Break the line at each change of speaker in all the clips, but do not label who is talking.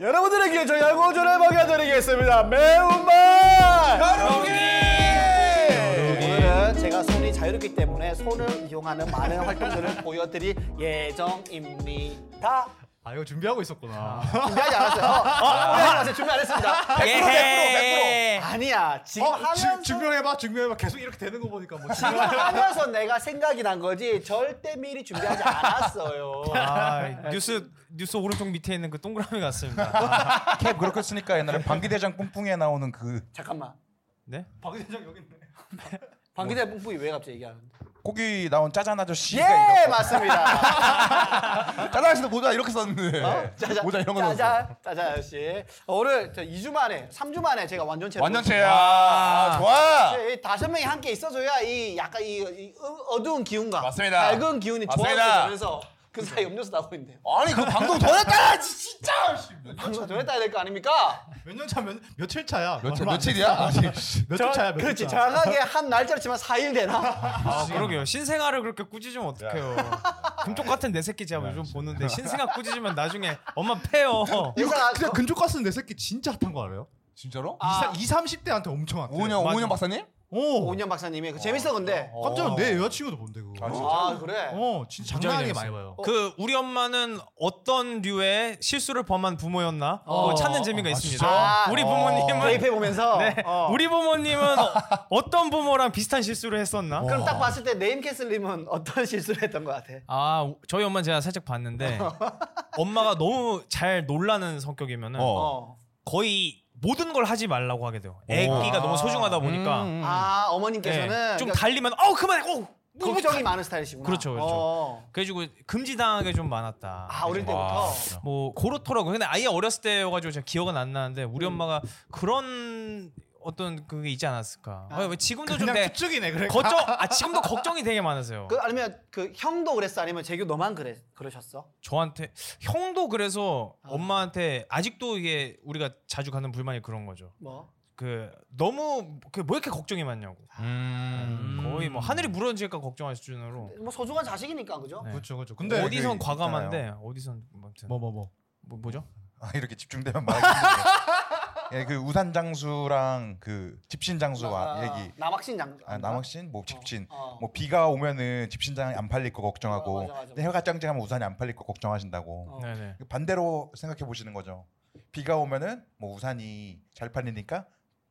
여러분들에게 저희 알고전을 먹여드리겠습니다. 매운맛!
네. 오늘은 제가 손이 자유롭기 때문에 손을 이용하는 많은 활동들을 보여드릴 예정입니다.
아 이거 준비하고 있었구나.
준비하지 않았어요. 어, 준비하지 않았어요. 준비 안 했습니다. 100%, 100%, 100%. 아니야. 지금
어, 지,
예. 하면서
증명해봐, 증명해봐. 계속 이렇게 되는 거 보니까 뭐.
지금 하면서 내가 생각이 난 거지 절대 미리 준비하지 않았어요.
아, 뉴스 뉴스 오른쪽 밑에 있는 그 동그라미 같습니다.
캡 그렇게 쓰니까 옛날에 방귀대장 뿡뿡에 나오는 그
잠깐만.
네?
박대장 여기 있네.
방귀대 뿡뿡이 왜 갑자기 얘기하는데?
고기 나온 짜잔 아저씨가
예,
이렇게-
맞습니다.
짜잔 아저씨도 모자 이렇게 썼는데
어?
아,
짜잔,
네. 모자 이런 거 썼어
짜잔, 짜잔 아저씨. 어, 오늘 저 2주 만에, 3주 만에 제가 완전체로
완전체야 아, 좋아
이 다섯 명이 함께 있어줘야 이 약간 이, 이 어- 어두운 기운과
맞습니다.
밝은 기운이
맞습니다.
조합되면서 그 사이 음료수 나오고 있네요.
아니 그 방송 더 했잖아 진짜 씨, 몇 년-
방송 전했다 해야 될 거 아닙니까?
몇년 차, 몇, 며칠 차야?
며칠
얼마 안
며칠이야 아니,
됐어. 며칠 차야, 며칠
그렇지
차.
정확하게 한 날짜로 치면 4일 되나?
아, 그러게요. 신생아를 그렇게 꾸짖으면 어떡해요. 금쪽 같은 내 새끼 제가 요즘 보는데 신생아 꾸짖으면 나중에 엄마 패요.
이거
이상하-
그냥 근쪽 가스는 내 새끼 진짜 핫한 거 알아요?
진짜로?
아.
이 2, 30대한테 엄청 핫해.
오은영
맞아.
오은영 박사님?
오.
오은영 박사님이 그거 재밌어 근데.
깜짝 놀라. 내 여자친구도 본대 그거.
아, 진짜?
아 그래.
어, 진짜 장난 아니게 많이
재밌어요.
봐요.
그 우리 엄마는 어떤 류의 실수를 범한 부모였나
어.
그거 찾는 재미가 있습니다.
진짜?
우리
어.
부모님은
대입해 보면서.
아,
어.
네, 우리 부모님은 어, 떤 부모랑 비슷한 실수를 했었나?
그럼 딱 봤을 때 네임캐슬님은 어떤 실수를 했던 것 같아?
아 저희 엄마 제가 살짝 봤는데 엄마가 너무 잘 놀라는 성격이면은
어.
거의 모든 걸 하지 말라고 하게 돼요. 애기가 너무 소중하다 보니까
음,
아
예,
어머님께서는
좀
그러니까
달리면 어 그만해. 어, 뭐, 뭐,
걱정이 많은 스타일이시구나.
그렇죠, 그렇죠.
어.
그래가지고 금지당하게 좀 많았다.
아 어릴
와.
때부터.
뭐 고렇더라고요. 근데 아예 어렸을 때여가지고 제가 기억은 안 나는데
음.
우리 엄마가 그런 어떤 그게 있지 않았을까.
아.
아, 왜 지금도 좀
그냥
내
추측이네, 그래.
걱정. 아 지금도 걱정이 되게 많으세요.
그 아니면 그 형도 그랬어 아니면 재규 너만 그래 그러셨어?
저한테 형도 그래서
아.
엄마한테 아직도 이게 우리가 자주 갖는 불만이 그런 거죠.
뭐?
그 너무 그왜 뭐 이렇게 걱정이 많냐고. 거의 뭐 하늘이 무너질까 걱정할 수준으로.
뭐 소중한 자식이니까 그죠?
네.
그렇죠, 그렇죠. 근데
근데
어디선
그
과감한데 어디선 뭐 아무튼
뭐 뭐 뭐.
뭐, 뭐죠?
아 이렇게 집중되면 말하기 힘든데 예, 그 우산 장수랑 그 집신 장수와
아,
얘기
남학신 장.
아, 남학신 뭐 집신
어.
뭐 비가 오면은 집신장이 안 팔릴 거 걱정하고
어, 맞아, 맞아, 맞아.
해가 짱짱하면 우산이 안 팔릴 거 걱정하신다고
어.
네네.
반대로 생각해 보시는 거죠 비가 오면은 뭐 우산이 잘 팔리니까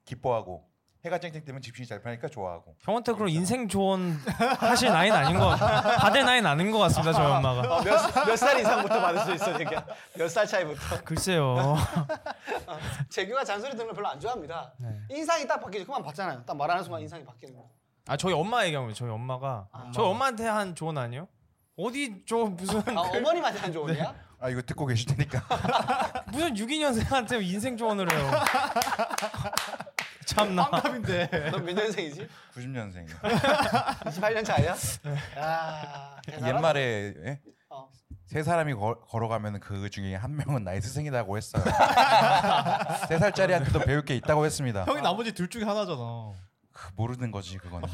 기뻐하고 해가 쨍쨍 뜨면 집신이 잘 팔리니까 좋아하고
형한테 그런 인생 조언 하실 나이는 아닌 것 같- 받을 나이는 아닌 것 같습니다 저희 엄마가.
몇살 이상부터 받을 수 있어 재규? 몇살 차이부터?
글쎄요.
재규가 잔소리 듣는 걸 별로 안 좋아합니다.
네.
인상이 딱 바뀌죠. 그만 봤잖아요. 딱 말하는 순간 인상이 바뀌는 거.
아 저희 엄마 얘기하면 저희 엄마가 저희 엄마한테 한 조언 아니요? 어디 저 무슨
아
그
어머님한테 한 조언이야?
아 이거 듣고 계실 테니까
무슨 6인년생한테 인생 조언을 해요. 참나.
깜깜인데.
넌 몇 년생이지?
90년생
28년 차야? 야. 대단하다.
네. 옛말에 예?
어.
세 사람이 걸- 걸어가면 그 중에 한 명은 나의 스승이라고 했어요 세 살짜리한테도 배울 게 있다고 했습니다
형이 나머지 둘 중에 하나잖아.
그, 모르는 거지 그거는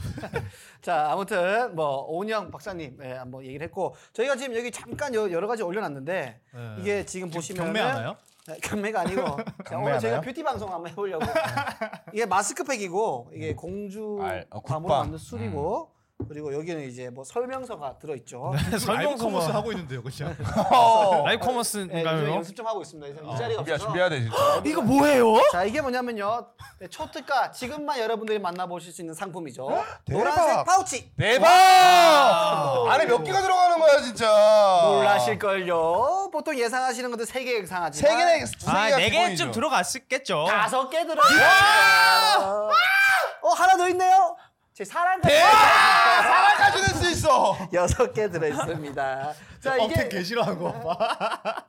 자 아무튼 뭐 오은영 박사님 예, 한번 얘기를 했고 저희가 지금 여기 잠깐 여- 여러 가지 올려놨는데
네.
이게 지금 보시면
경매 하나요?
경매가 아니고 자, 오늘
하나요?
저희가 뷰티 방송 한번 해보려고 이게 마스크팩이고 이게 공주
알, 어,
과무로
국밥.
만든 술이고 그리고 여기는 이제 뭐 설명서가 들어있죠.
네.
설명서만
설명서만
하고 있는데요, 그냥.
네, 라이브
예, 요즘에
커머스인가요?
연습 좀 하고 있습니다. 이제 이 자리가 없어서.
돼 진짜
이거 뭐예요?
자 이게 뭐냐면요 네, 초특가 지금만 여러분들이 만나보실 수 있는 상품이죠. 노란색
대박.
파우치
대박! 네
아.
안에 몇 개가 들어가는 거야 진짜.
놀라실걸요. 보통 예상하시는 것들 세개
세
예상하지만
개네, 두 개가
아네 개쯤
기본이죠.
들어갔겠죠.
다섯 개 들어. 어 하나 더 있네요. 제 사랑
대박! 사랑까지 낼 수 있어.
여섯 개 들어 있습니다. 자
어택
이게
개시라고.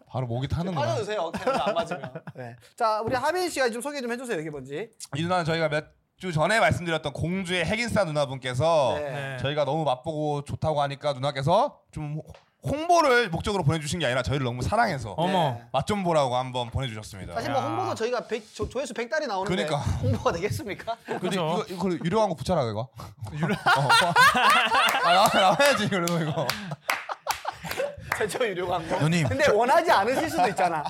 바로 목이 타는구나.
빠져주세요. 어깨는 안 맞으면. 네. 자 우리 하민 씨가 좀 소개 좀 해주세요. 이게 뭔지.
이 누나는 저희가 몇 주 전에 말씀드렸던 공주의 핵인싸
어.
누나분께서
네.
저희가 너무 맛보고 좋다고 하니까 누나께서 좀 호- 홍보를 목적으로 보내주신 게 아니라 저희를 너무 사랑해서
어머.
네.
맛 좀 보라고 한번 보내주셨습니다.
사실 뭐 홍보도 저희가 백- 조, 조회수 100달이 나오는데
그러니까.
홍보가 되겠습니까?
근데
그죠.
이거 이거 유료 광고 붙여라 이거. 유료. 아, 나와, 나와야지 그래도 이거.
최초 유료 광고.
누님,
근데 원하지 않으실 수도 있잖아.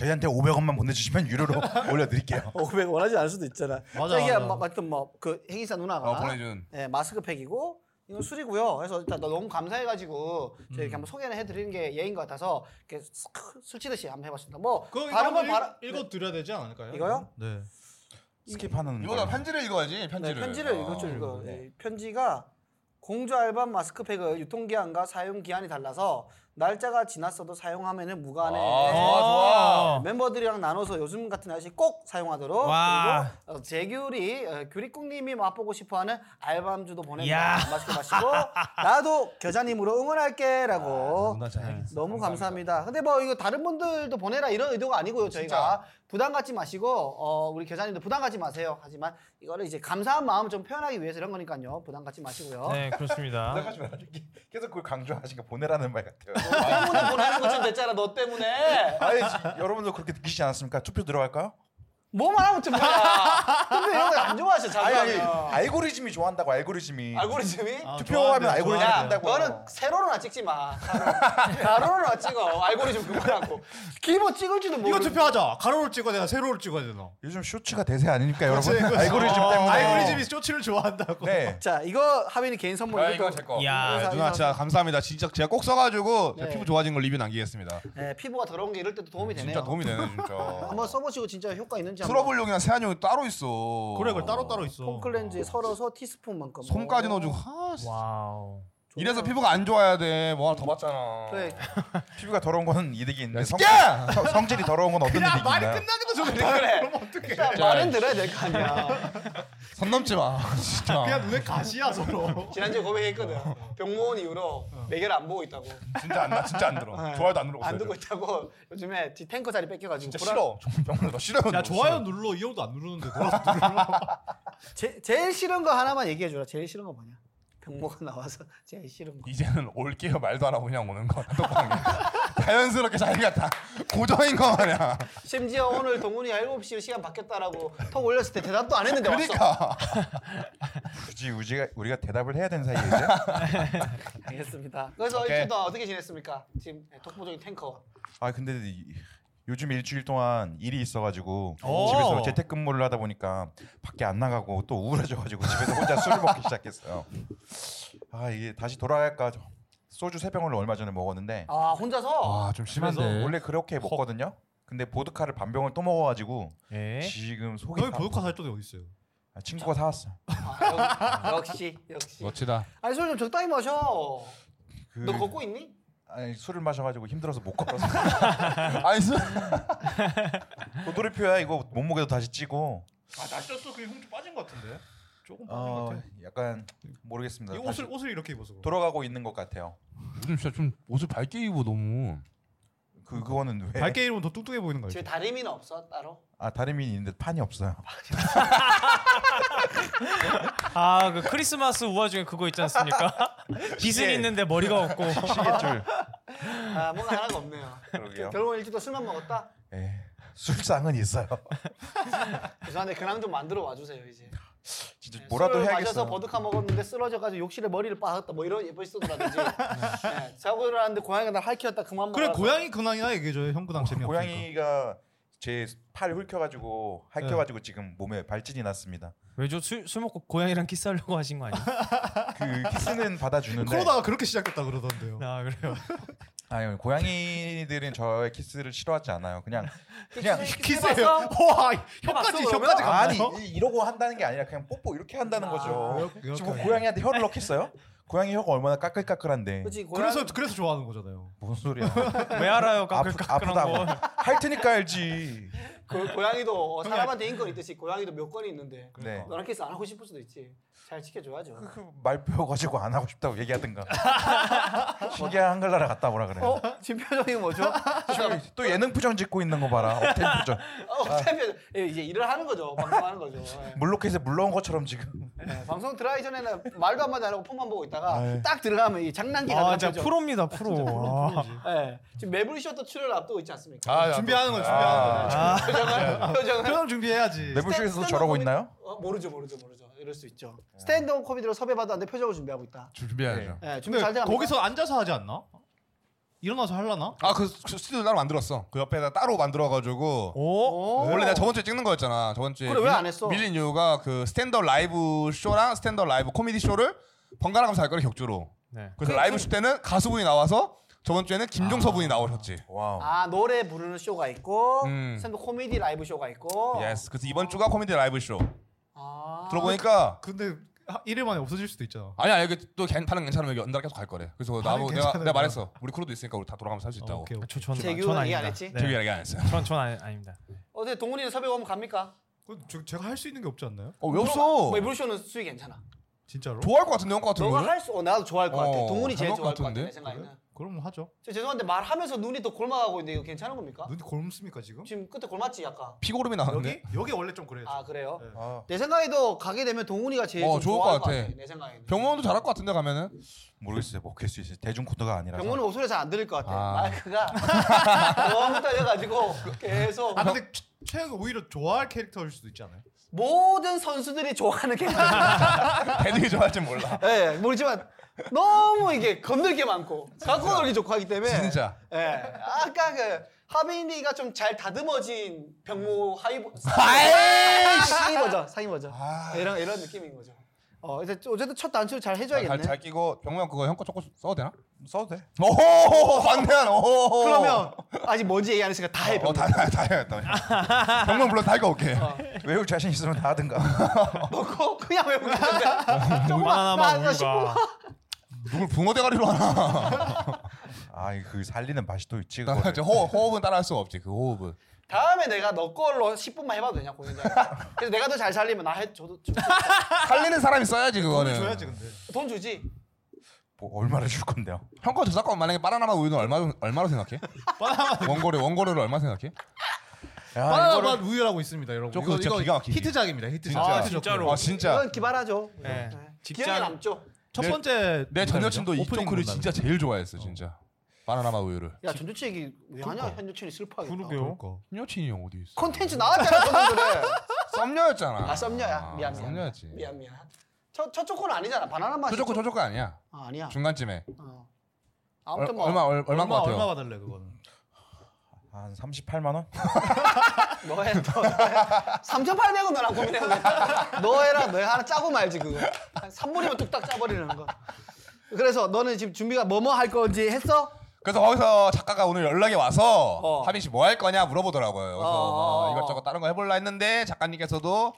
저희한테 500원만 보내주시면 유료로 올려드릴게요.
500 원하지 않을 수도 있잖아.
맞아,
자, 이게
맞아.
마- 맞던 뭐그 행사 누나가
어, 보내준.
예, 마스크팩이고 이건 술이고요. 그래서 일단 너 너무 감사해가지고 제가
음.
이렇게 한번 소개를 해드리는 게 예인 것 같아서 이렇게 쓱 술치듯이 한번 해봤습니다. 뭐
그거
다른
한번
건 바라
읽어 드려야 되지 않을까요?
이거요?
네.
스킵하는
이거다
걸로.
편지를 읽어야지
네,
편지를.
편지를
어.
이것죠 이거 예, 편지가 공주 알밤 마스크팩의 유통기한과 사용기한이 달라서 날짜가 지났어도 사용하면 무관해.
아, 좋아, 좋아.
멤버들이랑 나눠서 요즘 같은 날씨 꼭 사용하도록
어. 와.
그리고 어, 재규리 어, 규리꿍님이 맛보고 싶어하는 알밤주도
야.
보내니다 맛있게 마시고 나도 겨자님으로 응원할게라고
아,
누나 잘 알겠어.
너무 감사합니다. 근데 뭐 이거 다른 분들도 보내라 이런 의도가 아니고요 저희가 부담 갖지 마시고 어, 우리 겨자님도 부담 갖지 마세요. 하지만 이거를 이제 감사한 마음 좀 표현하기 위해서 이런 거니까요 부담 갖지 마시고요.
네 그렇습니다.
부담하지 말아. 이렇게 계속 그걸 강조하시니까 보내라는 말 같아요.
때문에 보내는 것좀 됐잖아 너 때문에.
아니 지- 여러분도 그렇게 느끼시지 않았습니까? 투표 들어갈까요?
뭐만 하면 좀 뭐야. 근데 이런 거 안 좋아하셔 자꾸.
아니 아니
하면.
알고리즘이 좋아한다고 알고리즘이.
알고리즘이?
아,
투표하면
좋아하는데,
알고리즘이
좋아하는데.
야,
된다고.
너는 세로로나 찍지 마. 가로로나 찍어. 알고리즘 그만하고. 기모 찍을지도 모르고.
이거 투표하자. 가로를 찍어야 되나 세로를 찍어야 되나?
요즘 쇼츠가 대세 아닙니까 여러분?
그치, 그치.
알고리즘
어,
때문에.
알고리즘이 쇼츠를 좋아한다고.
네.
자, 이거 뭐 하빈이 개인 선물.
아, 이거 제 거.
이야.
네, 누나 진짜 감사합니다. 진짜 제가 꼭 써가지고 제가
네.
피부 좋아진 걸 리뷰 남기겠습니다.
네, 피부가 더러운 게 이럴 때도 도움이 되네요.
진짜 도움이 되네 진짜.
한번 써보시고 진짜 효과 있는지 한번.
트러블용이랑 세안용이 따로 있어.
그래 그걸 따로 따로 있어.
폼클렌즈에 설어서 티스푼만큼.
손까지
어,
넣어주고. 하, 진짜.
와우.
이래서 피부가 안 좋아야 돼. 뭐 하나 더 받잖아.
그래.
피부가 더러운 건 이득이 있는데
야,
성,
새끼야!
성- 성질이 더러운 건 어떤
그냥
이득이
말이
있나요?
끝나는 거 좋은데 그래. 그럼 어떡해.
일단 말은 들어야 될 거 아니야.
선 넘지 마. 진짜.
아, 그냥 눈에 가시야 서로.
지난주에 고백했거든. 병모원 이후로
어.
매결 안 보고 있다고.
진짜 안 나. 진짜 안 들어. 좋아요도 안
안 듣고 있다고. 요즘에 지 탱커 자리 뺏겨가지고.
진짜
불안-
싫어. 병원을 더 싫어요.
야 좋아요 눌러 이 형도 안 누르는데 돌아서 어, 눌러.
제, 제일 싫은 거 하나만 얘기해 줘라. 제일 싫은 거 뭐냐? 병모가 나와서 제일 싫은 거.
이제는 올게요 말도 안 하고 그냥 오는 거. 똑방에. 자연스럽게 자기가 다 고정인 거 마냥.
심지어 오늘 동훈이가 7시 시간 바뀌었다라고 톡 올렸을 때 대답도 안 했는데 왔어.
그러니까.
굳이 우지가 우리가 대답을 해야 되는 사이에 이제
알겠습니다. 그래서
오케이.
일주일 동안 어떻게 지냈습니까? 지금 독보적인 탱커.
아 근데 이- 요즘 일주일 동안 일이 있어가지고
오.
집에서 재택근무를 하다 보니까 밖에 안 나가고 또 우울해져가지고 집에서 혼자 술을 먹기 시작했어요. 아 이게 다시 돌아갈까 저- 소주 세 병을 얼마 전에 먹었는데
아 혼자서
와 좀
심한데.
심한데.
원래 그렇게 먹거든요. 근데 보드카를 반 병을 또 먹어가지고
예.
네. 지금 속이
형이
다-
네? 보드카 살 적이 어디 있어요?
아, 친구가 사왔어.
아, 역, 시 역시.
멋지다.
아니 술 좀 적당히 마셔.
그-
너 걷고 있니?
아니 술을 마셔가지고 힘들어서 못 걸어서
아니 수-
도돌이표야 이거 몸무게도 다시 찌고
아 날쪘어 그게 형 좀 빠진 것 같은데. 조금 빠진 것
어,
같아.
약간 모르겠습니다.
이
다시
옷을 옷을 이렇게 입어서. 그래.
돌아가고 있는 것 같아요.
요즘 진짜 좀 옷을 밝게 입어 너무.
그 그거는 왜?
밝게 입으면 더 뚱뚱해 보이는 거
집에
알지?
다리미는 없어 따로.
아 다른 민이 있는데 판이 없어요.
아 그 크리스마스 우화 중에 그거 있지 않습니까? 빗은 있는데 머리가 없고.
시계줄.
아 뭔가 하나가 없네요.
그러게요.
아, 결국 일주일 동안 술만 먹었다.
예. 술상은 있어요.
죄송한데 근황 좀 만들어 와주세요 이제.
진짜
네,
뭐라도
술을
해야겠어요.
마셔서 버드카 먹었는데 쓰러져가지고 욕실에 머리를 빠졌다 뭐 이런 에피소드라든지. 네, 자고 일어났는데 고양이가 날 할퀴었다 그만
그래
먹어라.
고양이 근황이나 얘기해줘요 형 근황 재미없으니까.
어, 고양이가 제 팔 훑혀가지고 핥혀가지고 지금 몸에 발진이 났습니다.
왜죠? 술, 술 먹고 고양이랑 키스하려고 하신 거 아니에요?
그 키스는 받아주는데
코로나가 그렇게 시작됐다 그러던데요.
아 그래요.
아니 고양이들은 저의 키스를 싫어하지 않아요. 그냥 그냥
키스-
키스해요.
해봤어?
와
해봤어,
혀까지
그러면?
혀까지
아니
갔나요?
이- 이러고 한다는 게 아니라 그냥 뽀뽀 이렇게 한다는
아,
거죠.
이렇게, 이렇게
지금
하네.
고양이한테 혀를 넣겠어요? 고양이 혀가 얼마나 까끌까끌한데
그렇지 고양이.
그래서 그래서 좋아하는 거잖아요.
무슨 소리야?
왜 알아요?
아프,
까끌까끌한 거.
아프다고 핥으니까 알지.
그 고양이도 사람한테 인권 있듯이 고양이도 몇 건이 있는데
네.
너랑 키스 안 하고 싶을 수도 있지. 잘 지켜줘야죠.
그 말표 가지고 안 하고 싶다고 얘기하든가. 신기한 한글나라 갔다 오라 그래.
어? 지금 표정이 뭐죠?
또 예능 표정 짓고 있는 거 봐라. 업텐 표정.
어, 어차피 이제 일을 하는 거죠. 방송하는 거죠. 예.
물로켓에 물러온 것처럼 지금.
네, 방송 들어가기 전에는 말도 한마디 안 하고 폰만 보고 있다가
아유.
딱 들어가면 이 장난기
아
가득한
진짜
표정.
프로입니다 프로. 아.
예. 지금 매블쇼도 출연 앞두고 있지 않습니까?
아, 네.
준비하는 거
아.
준비하는 거.
아.
표정은 표정은
표정 준비해야지.
내부쇼에서도 저러고 있나요? 네.
어, 모르죠, 모르죠, 모르죠. 이럴 수 있죠. 스탠드업 코미디로 섭외받았는데 표정을 준비하고 있다.
준비해야죠.
예, 준비
근데
잘 돼가고.
거기서 앉아서 하지 않나? 일어나서 할라나?
아그 스튜디오 따로 만들었어. 그 옆에다 따로 만들어가지고
오.
원래 내가 저번 주에 찍는 거였잖아. 저번 주에
그래, 왜안
밀-
했어?
밀린 이유가 그 스탠더 라이브 쇼랑 스탠더 라이브 코미디 쇼를 번갈아 가면서 할 거를 격주로.
네.
그래서 라이브 쇼 때는 가수분이 나와서 저번 주에는 김종서 분이 나오셨지.
와우.
아 노래 부르는 쇼가 있고
음.
스탠드 코미디 라이브 쇼가 있고
예스. 그래서 이번 주가 코미디 라이브 쇼.
아.
들어보니까
근데 하- 일일 만에 없어질 수도 있잖아.
아니 아니 이게 또 걔는 반응 괜찮으면 여기 연달아 계속 갈 거래. 그래서
반응
나보고 내가
괜찮으면-
내가 말했어. 우리 크루도 있으니까 우리 다 돌아가면서 할 수
어,
있다고.
오케이. 오케이.
저, 전,
재규는
전
얘기
아닙니다.
안 했지?
재규
네.
얘기 안 했어요.
전, 전 아니, 아닙니다.
어제 동훈이는 섭외 오면 갑니까?
그, 저, 제가 할 수 있는 게 없지 않나요?
어왜
물어봐.
없어?
뭐 물쇼는 수익 괜찮아.
진짜로?
좋아할 것 같은데 형것 같은
너가
거.
할수 어, 나도 좋아할 것 같아.
어,
동훈이 제일
할것
좋아할 것 같아
같은데?
내 생각에는.
그래? 그럼 뭐 하죠.
저 죄송한데 말하면서 눈이 또 골마가고 있는데 이거 괜찮은 겁니까?
눈이 골무습니까 지금?
지금 끝에 골맞지 약간.
피고름이 나왔는데.
여기 여기 원래 좀 그래요.
아 그래요?
네.
아,
내 생각에도 가게 되면 동훈이가 제일
어,
좀
좋을
좋아할
것 같아.
내 생각에는.
병원도 잘할 것 같은데 가면은.
모르겠어요. 먹힐 수 있어요. 대중 코드가 아니라서.
병원은 옷소리 잘 안 들릴 것 같아.
아.
마이크가 너무 떨려가지고 계속
아 근데 최- 최애가 오히려 좋아할 캐릭터일 수도 있지 않아요?
모든 선수들이 좋아하는 캐릭터.
애들이 좋아할지 몰라.
예, 모르지만 너무 이게 건들 게 많고 갖고 놀기 좋고 하기 때문에
진짜.
예, 아까 그 하빈이가 좀 잘 다듬어진 병모 하이버
아이,
상이 버전, 상이 버전
아.
이런 이런 느낌인 거죠. 어, 이제 어쨌든 첫 단추 잘
잘,
해줘야겠네.
아, 잘 끼고 병명 그거 형거 조금 써도 되나?
써도 돼.
오호 반대한 오호.
그러면
어.
아직 뭔지 얘기 안 했으니까 다 해. 병모.
어다다다다 병명 물론 다 이거 오케이.
외울 자신 있으면 다 하든가.
먹고 그냥 외우는
어,
건데.
바나나만
나
우유가.
누굴 붕어 대가리로 하나?
아그 살리는 맛이 또 있지. 그거를.
나저 호흡은 따라할 수가 없지 그 호흡은.
다음에 내가 너 걸로 10분만 해봐도 되냐 고민장. 그래서 내가 더 잘 살리면 나 해 줘도 줘-
살리는 사람이 써야지 그거는.
줘야지 근데.
돈 주지.
뭐 얼마나 줄 건데요?
형거 저작권 만약에 바나나만 우유는 얼마 얼마로 생각해? 원고료 원고료를 얼마 생각해?
야,
바나나만 아, 우유라고 있습니다, 여러분.
아, 조금 진짜 기가 막히게.
히트작입니다, 네. 히트작.
아,
히트작.
진짜로.
아
이건
진짜.
기발하죠.
네.
기억에
직장-
남죠.
첫 번째
내 전 여친도
문단이죠?
이쪽
오프닝
글을
문단.
진짜 제일 좋아했어 진짜. 바나나만 우유를.
야 전주치 얘기 왜 하냐? 현주치는 슬퍼하겠다.
그러니까. 그러게요.
그러니까.
여친이 형 어디 있어?
콘텐츠 나왔잖아 저분들에.
썸녀였잖아.
아 썸녀야. 미안 미안.
썸녀였지.
미안 미안. 첫첫 조건은 아니잖아. 바나나 맛이.
초조건 초조건 아니야.
아, 아니야.
중간쯤에.
어.
얼,
아무튼 뭐
얼마 얼, 얼마
얼마
같아요?
얼마 받을래 그거는?
한 38만 원?
너 해. 너 해. 3,800원 너랑 고민해보겠다. 너 해라. 너 해. 하나 짜고 말지 그거. 한 3분이면 뚝딱 짜버리는 거. 그래서 너는 지금 준비가 뭐뭐 할 건지 했어?
그래서 거기서 작가가 오늘 연락이 와서
어.
하빈 씨 뭐 할 거냐 물어보더라고요. 그래서
어, 어,
뭐 이것저것 다른 거 해볼라 했는데 작가님께서도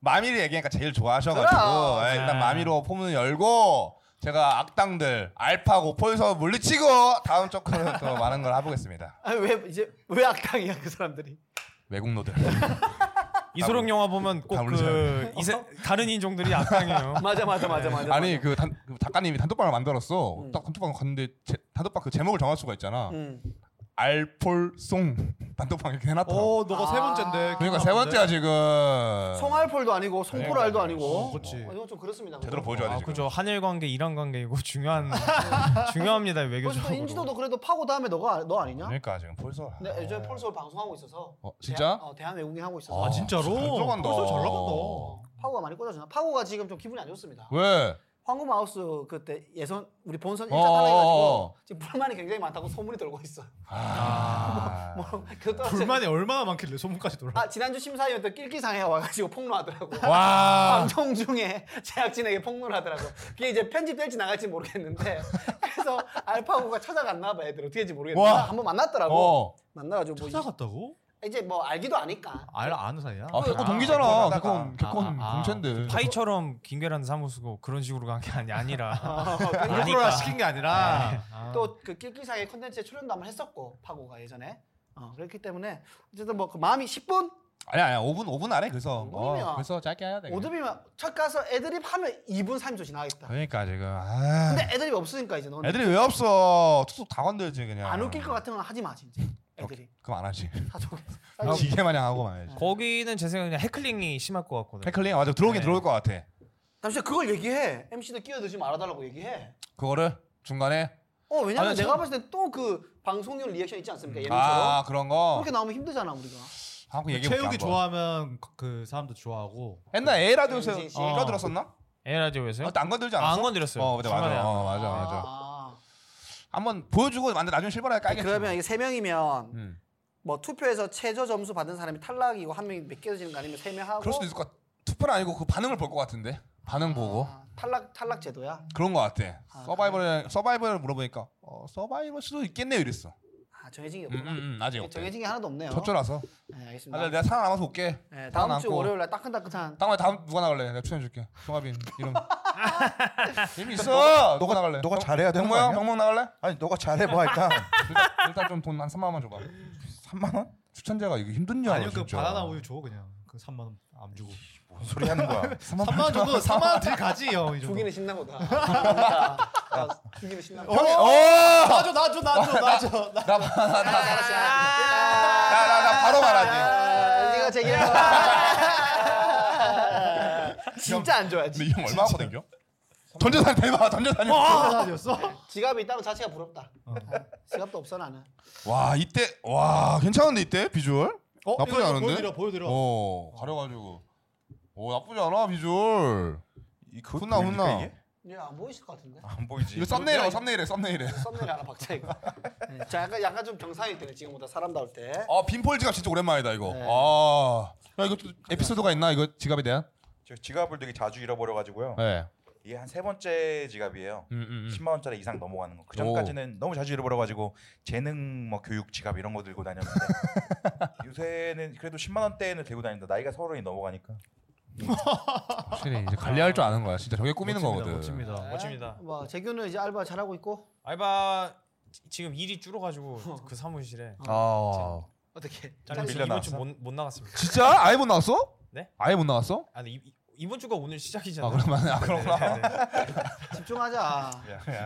마미를 얘기하니까 제일 좋아하셔가지고
그럼.
예, 일단
네.
마미로 포문을 열고 제가 악당들 알파 고포에서 물리치고 다음 조커는 더 많은 걸 해보겠습니다.
아니 왜 이제 왜 악당이야 그 사람들이?
외국노들.
이소룡 영화 보면
다 울잖아요.
꼭그 다른 인종들이 악당이에요.
맞아 맞아 맞아 맞아.
아니 그, 단, 그 작가님이 단톡방을 만들었어. 딱 단톡방 갔는데 제, 단톡방 그 제목을 정할 수가 있잖아.
음.
알폴송 단톡방 이렇게 해놨더라고.
어, 너가 세
아.
번째인데.
그러니까 세 번째야 지금.
송알폴도 아니고 송포랄도 아니고.
어, 그렇지.
어, 이건 좀 그렇습니다.
제대로
그거.
보여줘야 돼
아,
지금.
그죠. 한일 관계, 이란 관계이고 중요한 중요합니다
벌써
외교적으로.
어, 인지도도 그래도 파고 다음에 너가 너 아니냐?
그러니까 지금 벌써.
근데 예전에 폴서울 방송하고 있어서.
어, 진짜?
대한, 어, 대한 외국인 하고 있어서.
아, 진짜로?
잘 들어간다.
벌써
어,
잘 나간다.
파고가 많이 꽂아주나? 파고가 지금 좀 기분이 안 좋습니다.
왜?
황금 마우스 그때 예선 우리 본선
어,
1차 탈락해가지고
어, 어.
지금 불만이 굉장히 많다고 소문이 돌고 있어.
아.
뭐, 그것도
불만이 얼마나 많길래 소문까지 돌아.
아 지난주 심사위원 때 낄끼상에 와가지고 폭로하더라고.
와.
방송 중에 제작진에게 폭로를 하더라고. 그게 이제 편집될지 나갈지 모르겠는데 그래서 알파고가 찾아갔나 봐 애들 어떻게 했지 모르겠는데
와.
한번 만났더라고.
어.
만나가지고 뭐
찾아갔다고?
이제 뭐 알기도 아니까.
알 아는 사이야?
아, 개콘
아,
동기잖아. 개콘
아,
개콘
아, 아.
공채인데.
파이처럼 김계란 사무수고 그런 식으로 간 게 아니 아니라. 네.
어, 그리고
아니.
일부러 시킨 게 아니라. 아.
또그 낄끼상의 컨텐츠에 출연도 한번 했었고 파고가 예전에. 어, 그렇기 때문에 어쨌든 뭐그 마음이 10분
아니 아니 5분 5분 안에 그래서.
오분이야.
어, 그래서 짧게 해야 돼.
오드비면 첫 가서 애드립 하면 2분 3초 지나겠다.
그러니까 지금. 아.
근데 애드립 없으니까 이제 너는
애들이 왜 없어? 툭툭 다 건들지 그냥.
안 웃길 것 같은 건 하지 마 진짜. 애들이
그럼 안 하지.
다 좋게.
기계 마냥 하고 말이지.
아. 거기는 제 생각에 그냥 해클링이 심할 것 같거든요.
해클링 맞아 들어오긴
네.
들어올 것 같아.
잠시 그걸 얘기해. MC도 끼어들지 말아달라고 얘기해.
그거를 중간에
어 왜냐면
아니,
내가
참-
봤을 땐 또 그 방송용 리액션 있지 않습니까 예능처럼
아 그런 거
그렇게 나오면 힘들잖아 우리가
하고 얘기
체육이 좋아하면 그- 그 사람도 좋아하고.
옛날 A 라디오에서
김진 씨.
떠들었었나?
에라디오에서요?
아, 안 건들지
아,
않았어?
안 건드렸어요.
어, 근데 맞아.
중간에 안
어, 맞아, 맞아.
아,
한번 보여주고 만데 나중에 실버라에 깔겠지.
그러면 이게 세 명이면
음.
뭐 투표에서 최저 점수 받은 사람이 탈락이고 한 명이 맡겨지는 거 아니면 세 명 하고
그럴 수도 있을 것 같아. 투표는 아니고 그 반응을 볼 것 같은데. 반응 보고.
아, 탈락 탈락 제도야.
그런 것 같아.
아,
서바이벌 서바이벌을 물어보니까 어, 서바이벌 수도 있겠네요 이랬어.
아 정해진 게
음,
없구나.
음, 음, 아직 없대.
정해진 게 하나도 없네요.
첫조라서.
네,
아,
알겠습니다.
내가 살아남아서 올게.
네, 다음 주
살아남고.
월요일 날 따끈따끈한
다음에 다음 누가 나갈래? 내가 추천해줄게. 종합인 이름. 재미 있어. 누가 나갈래?
너가 잘해야 되는 거
병모야?
아니야?
병모 나갈래?
아니 너가 잘해봐 일단
일단, 일단 좀 돈 한 3만 원만 줘봐.
3만 원?
추천제가 이게 힘든 줄 알아.
아니면 그
진짜.
바나나 우유 줘 그냥 그 3만 원 안 주고
뭔 소리 하는 거야
3만 원 정도 3만 원 들이 가지 형이 정도
죽이는 신나 보다. 아, 죽이는 신나. 보다.
형이 어!
나줘 나줘 나줘 나줘 나
아, 알았어, 알았어.
나나 나 바로 말하지.
아, 네가 제기라. 진짜 안
근데
좋아하지.
이 형 얼마 하고 댕겨? 전재산 대박. 전재산이.
아니었어
지갑이 있다는 자체가 부럽다.
어.
아, 지갑도 없어 나는.
와 이때 와 괜찮은데 이때 비주얼? 나쁘지
어? 이거
않은데? 어,
보여드려 보여드려
오 가려가지고. 오 나쁘지 않아 비주얼.
이거
훈나,
보입니까,
훈나.
이게?
얘안 보이실 것 같은데.
안 보이지
이거 썸네일이야 썸네일에 썸네일에.
썸네일 하나 박자 이거. 네, 자 약간 약간 좀 경상일 때네 지금보다 사람다울 때.
아 빈폴 지갑 진짜 오랜만이다 이거.
네.
아, 야 이거 또 에피소드가 있나 이거 지갑에 대한?
저 지갑을 되게 자주 잃어버려가지고요
네.
이게 한 세 번째 지갑이에요
음, 음, 음.
10만 원짜리 이상 넘어가는 거. 그 전까지는 너무 자주 잃어버려가지고 재능 뭐 교육 지갑 이런 거 들고 다녔는데 요새는 그래도 10만 원대는 들고 다닌다. 나이가 서른이 넘어가니까.
확실히 이제 관리할 줄 아는 거야. 진짜 저게 꾸미는 거거든.
멋집니다
네.
멋집니다.
뭐 재규는 이제 알바 잘하고 있고
알바 지- 지금 일이 줄어가지고 그 사무실에
아
어떻게?
잘려서 이번
밀려나왔어?
주못 나갔습니다.
진짜 아예 못 나왔어?
네?
아예 못 나왔어?
아, 근데 이, 이번 주가 오늘
아
네.
시작이잖아요.
그러면 아 그럼
네, 네, 네.
집중하자.
나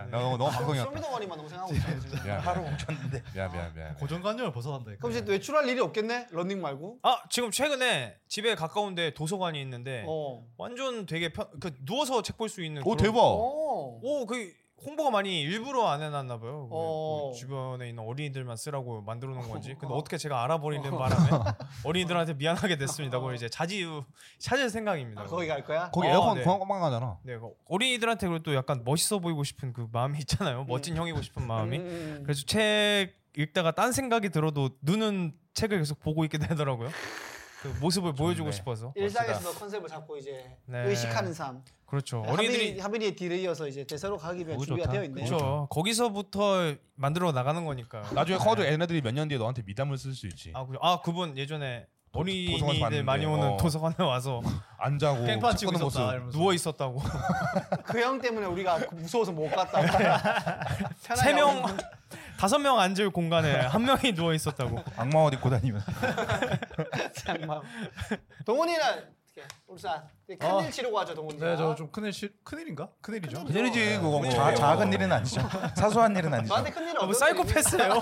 예, 너무 너무 방송이었다.
쇼미더머니만 너무 생각하고 있어.
미안
하루 훔쳤는데.
미안 미안 미안.
고정관념을 벗어난다
그럼 이제 외출할 일이 없겠네? 런닝 말고.
아 지금 최근에 집에 가까운데 도서관이
네.
있는데
어.
완전 되게 편, 그 누워서 책 볼 수 있는.
오
그런-
대박.
어.
오, 그 홍보가 많이 일부러 안 해놨나 봐요. 그
어.
뭐 주변에 있는 어린이들만 쓰라고 만들어 놓은 건지. 근데 어떻게 제가 알아버리는 바람에 어린이들한테 미안하게 됐습니다. 그걸 이제 자주 찾을 생각입니다.
아, 거기 갈 거야?
거기
어,
에어컨
네.
공항 건강하잖아.
네, 그 어린이들한테 그리고 또 약간 멋있어 보이고 싶은 그 마음이 있잖아요. 멋진 형이고 싶은 마음이.
음.
그래서 책 읽다가 딴 생각이 들어도 눈은 책을 계속 보고 있게 되더라고요. 그 모습을 보여주고 싶어서.
일상에서 너 컨셉을 잡고 이제
네.
의식하는 삶.
그렇죠.
하빈이
어린이들이
하빈이의 뒤를 이어서 이제 대서로 가기 위한
그거
준비가
좋다.
되어 있네.
그렇죠. 거기서부터 만들어 나가는 거니까.
나중에 커도 애네들이 몇 년 뒤에 너한테 미담을 쓸 수 있지.
아, 그죠. 아 그분 예전에
도- 도서관에서
어린이들
봤는데,
많이 오는
어.
도서관에 와서
안 자고
깽판 치고
책 보는
있었다
모습.
이러면서
누워 있었다고
그 형 때문에 우리가 그 무서워서 못 갔다.
세 명 다섯 명 앉을 공간에 한 명이 누워 있었다고
악마 옷 입고 다니면.
장마. 동훈이는 어떻게? 울산 큰일
어.
치르고 하죠 동훈이가.
네저 좀 큰일 실- 큰일인가 큰일이죠
그들이지 그거.
뭐, 자, 작은 일은 아니죠. 사소한 일은 아니죠.
너한테 큰일
아,
없어.
뭐 사이코패스예요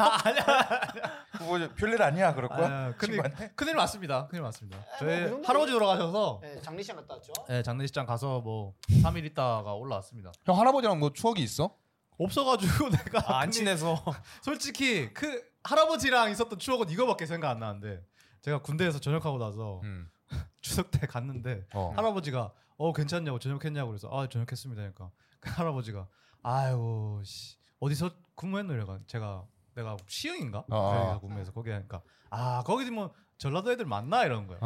뭐 별일 아니야 그럴 거야.
아, 큰일
친구한테?
큰일 맞습니다 큰일 맞습니다 저희
뭐, 그 정도는-
할아버지 돌아가셔서
네, 장례식 갔다 왔죠.
네, 장례식장 가서 뭐 3일 있다가 올라왔습니다
형 할아버지랑 뭐 추억이 있어?
없어가지고 내가
아, 안
큰일-
친해서
솔직히 그 할아버지랑 있었던 추억은 이거밖에 생각 안 나는데 제가 군대에서 전역하고 나서
음.
추석 때 갔는데
어.
할아버지가 어 괜찮냐고 저녁했냐고 그래서 아 저녁했습니다 그러니까 그 할아버지가 아유 씨 어디서 근무했노 이래가 제가 내가 시흥인가
아, 아.
거기서 근무해서 거기 하니까 아 거기 뭐 전라도 애들 맞나 이런 거야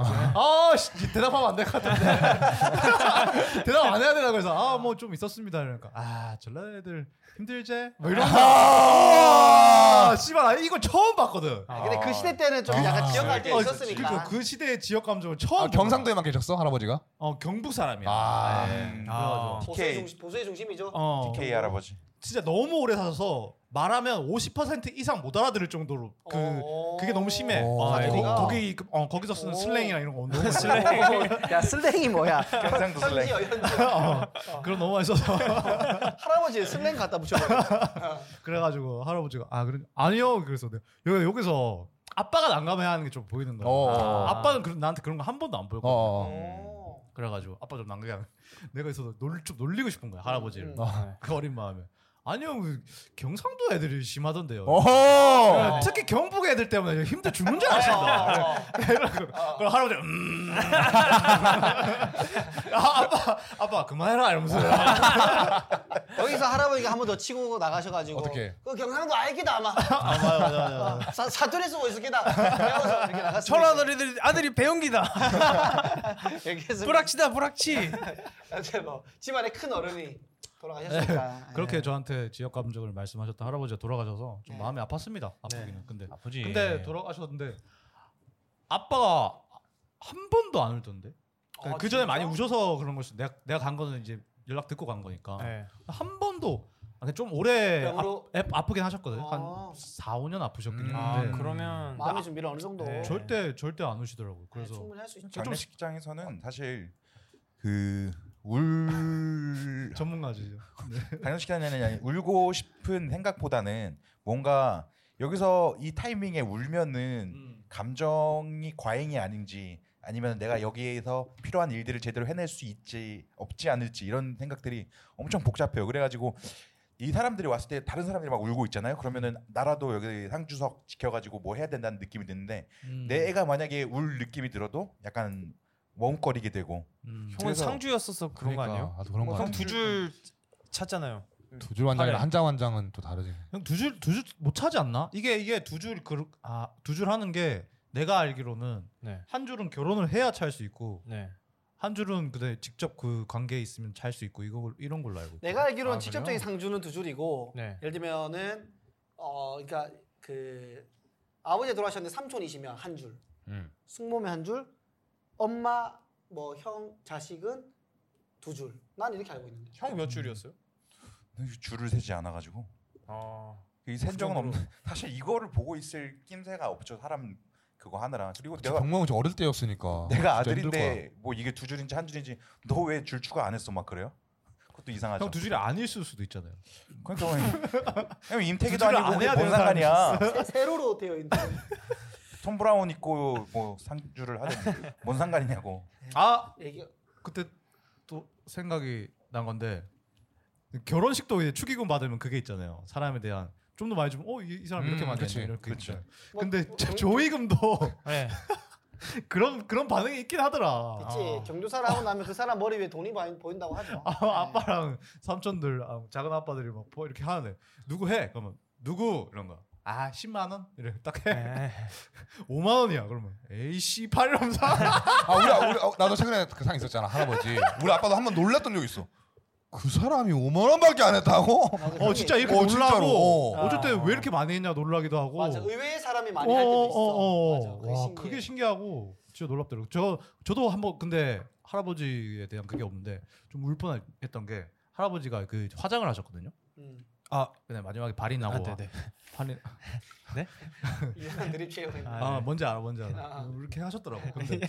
아씨 대답하면 안 될 것 같은데 대답 안 해야 되나 그래서 아 뭐 좀 있었습니다 이러니까 아 전라도 애들 힘들제 뭐 이런
아.
거아 씨발 아, 이거 처음 봤거든
아, 근데 그 시대 때는 좀 약간 기억할 게
어,
있었으니까.
그러니까 그 시대의 지역 감정을 처음
아,
보는 거야.
경상도에만 계셨어 할아버지가?
어 경북 사람이야
아.
음,
아,
보수의
TK.
중심, 보수의 중심이죠.
어.
K 할아버지.
진짜 너무 오래 사셔서 말하면 50% 이상 못 알아들을 정도로 그
어.
그게 너무 심해.
어.
아, 거,
아.
거기 그- 어, 거기서 쓰는
어.
슬랭이랑 이런 거 너무 슬
야 슬랭이 뭐야?
경상도 슬랭.
어. 아, 현지어 현지.
어, 그런 너무 많이 써서
할아버지 슬랭 갖다 붙여버려.
그래가지고 할아버지가 아 그래 아니요 그래서 내가 여기 여기서 아빠가 난감해하는 게 좀 보이는 거야.
어.
아. 아빠는 그런 나한테 그런 거 한 번도 안 보였고.
어. 어.
어.
그래가지고 아빠 좀 난감해. 내가 있어서 놀, 좀 놀리고 싶은 거야 할아버지를.
음.
그 어린 마음에 아니요 경상도 애들이 심하던데요.
어허.
네, 특히 경북 애들 때문에 힘들 죽는 줄
어,
어. 알았습니다. 그래서 그럼 할아버지 음. 아, 아빠 아빠 그만해라 이러면서
여기서 할아버지가 한 번 더 치고 나가셔가지고
어떻게?
그 경상도 아이기다 아마 어,
아, 맞아 맞아 맞아.
사, 사투리 쓰고 있을기다 이러면서 이렇게 나갔습니다.
철원 아들이 아들이 배용기다.
얘기했습니다.
불락치다 불락치.
이제 뭐 집안에 큰 어른이 돌아가셨으니까
네. 그렇게 저한테 지역 감정을 말씀하셨던 할아버지가 돌아가셔서 좀
네.
마음이 아팠습니다. 아프기는 근데
아프지.
근데 돌아가셨는데 아빠가 한 번도 안 울던데.
아,
그 전에
진짜?
많이 우셔서 그런 것이 내가 내가 간 거는 이제 연락 듣고 간 거니까
네.
한 번도 아, 좀 오래
병으로?
아, 프긴 하셨거든요.
아.
한 4, 5년 아프셨긴
음.
아
했는데
그러면
마음의 준비를 어느 정도
네.
네.
절대 절대 안 우시더라고요. 그래서
충분히 할 수 있죠. 네.
장례식장에서는 사실 그 그울
음.
전문가죠.
장례식장에는 아니 울고 싶은 생각보다는 뭔가 여기서 이 타이밍에 울면은 감정이 과잉이 아닌지 아니면 내가 여기에서 필요한 일들을 제대로 해낼 수 있지 없지 않을지 이런 생각들이 엄청 복잡해요. 그래가지고 이 사람들이 왔을 때 다른 사람들이 막 울고 있잖아요. 그러면은 나라도 여기 상주석 지켜가지고 뭐 해야 된다는 느낌이 드는데
음.
음.
내 애가 만약에 울 느낌이 들어도 약간 머뭇거리게 되고
음.
형은
그래서-
상주였어서 그러니까 그런 거 아니에요?
아, 또 그런 거
형
아니에요?
두-
두줄 찾잖아요.
두줄 환장이랑
팔에.
한장 환장은 또 다르지.
형두줄두줄못 차지 않나? 이게 이게 두줄그아두 줄 하는 게 내가 알기로는
네.
한 줄은 결혼을 해야 찰 수 있고
네.
한 줄은 근데 직접 그 관계에 있으면 찰 수 있고 이거 이런 걸로 알고. 있어요.
내가 알기로는
아,
직접적인
그래요?
상주는 두 줄이고
네.
예를 들면은 어 그러니까 그 아버지 돌아가셨는데 삼촌이시면 한 줄,
음.
숙모면 한 줄, 엄마 뭐 형 자식은 두 줄. 난 이렇게 알고 있는데.
형 몇 줄이었어요?
줄을 세지 않아가지고
아.
이 센정은 없는 사실 이거를 보고 있을 낌새가 없죠 사람 그거 하느라 그리고
그치,
내가
아, 병명은 저 어릴 때였으니까.
내가
진짜 힘들 거야.
아들인데 뭐 이게 두 줄인지 한 줄인지 너 왜 줄 추가 안 했어 막 그래요? 그것도 이상하죠.
형두 줄이 아니실 수도 있잖아요.
그러니까 형, 형 임태기도
두 줄을 안
아니고
해야
그게 뭔
되는
상관이야.
세- 세로로 되어 있는.
톰 브라운 입고 뭐 상주를 하든 뭔 상관이냐고.
아
얘기
그때 또 생각이 난 건데 결혼식도 이제 축의금 받으면 그게 있잖아요. 사람에 대한 좀 더 많이 주면 어이 이 사람 이렇게
음,
많이
그치,
했네, 이렇게
그치.
있잖아요.
뭐,
근데
뭐,
저-
경-
조의금도
네.
그런 그런 반응이 있긴 하더라. 어.
그치 경조사를 하고 나면 그 사람 머리 위에 돈이 많이 보인다고 하죠.
아,
네.
아빠랑 삼촌들 아, 작은 아빠들이 막 보- 이렇게 하는데 누구 해? 그러면 누구 이런 거. 아 10만 원? 이래 딱 해.
네.
5만 원이야. 그러면 에이 씨발 이러면서
아 우리, 아, 우리 아, 나도 최근에 그 상 있었잖아 할아버지. 우리 아빠도 한 번 놀랐던 적 있어. 그 사람이 5만 원밖에 안 했다고?
맞아,
어
형이-
진짜 이렇게
어, 진짜로.
놀라고
어.
어쩔 때 왜 이렇게 많이 했냐 놀라기도 하고
아. 맞아 의외의 사람이 많이
어,
할 때도
어,
있어.
어, 어.
맞아. 그게
와,
신기해.
그게 신기하고 진짜 놀랍더라고. 저 저도 한번 근데 할아버지에 대한 그게 없는데 좀 울뻔했던 게 할아버지가 그 화장을 하셨거든요.
음.
아, 근데 마지막에 발이
아,
나고
네네.
발이
유명한 드립 채용인.
아,
아, 뭔지 알아, 뭔지 알아.
네. 아.
이렇게 하셨더라고. 근데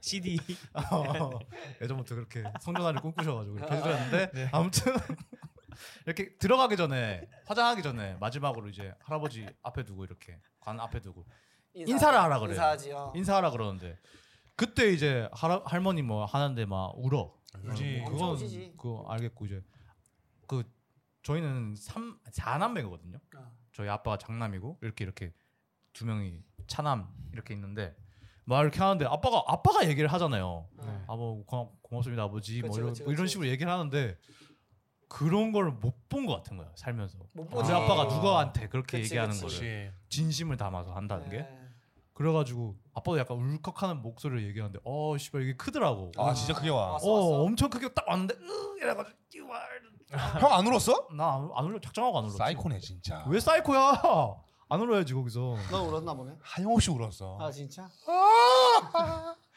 CD.
어, 예전부터 그렇게 성전화를 꿈꾸셔가지고
아,
이렇게 해드렸는데
네.
아무튼 이렇게 들어가기 전에 화장하기 전에 마지막으로 이제 할아버지 앞에 두고 이렇게 관 앞에 두고 인사를 하라 그래요.
인사하지요. 어.
인사하라 그러는데 그때 이제 할아, 할머니 뭐 하는데 막 울어.
그지.
어,
네. 음, 엄청
그건
우시지.
그거 알겠고 이제 그 저희는 삼 4남매거든요.
어.
저희 아빠가 장남이고 이렇게 이렇게 두 명이 차남 이렇게 있는데 막 이렇게 하는데 아빠가 아빠가 얘기를 하잖아요.
어.
아뭐 고맙습니다 아버지 뭐
그치,
이런
그치,
뭐 이런
그치.
식으로 얘기를 하는데 그런 걸 못 본 것 같은 거예요 살면서.
못
우리
보지.
아빠가 누구한테 그렇게
그치, 그치.
얘기하는 거를
네.
진심을 담아서 한다는 게
네.
그래가지고 아빠도 약간 울컥하는 목소리를 얘기하는데 어 씨발 이게 크더라고.
아, 진짜 크게 와.
왔어,
어
왔어.
엄청 크게 딱 왔는데 으 이래가지고
형 안 울었어?
나안 울려 작정하고 안 울었지
사이코네 진짜.
왜 사이코야 안 울어야지 거기서
넌 울었나 보네.
하염없이 울었어.
아 진짜?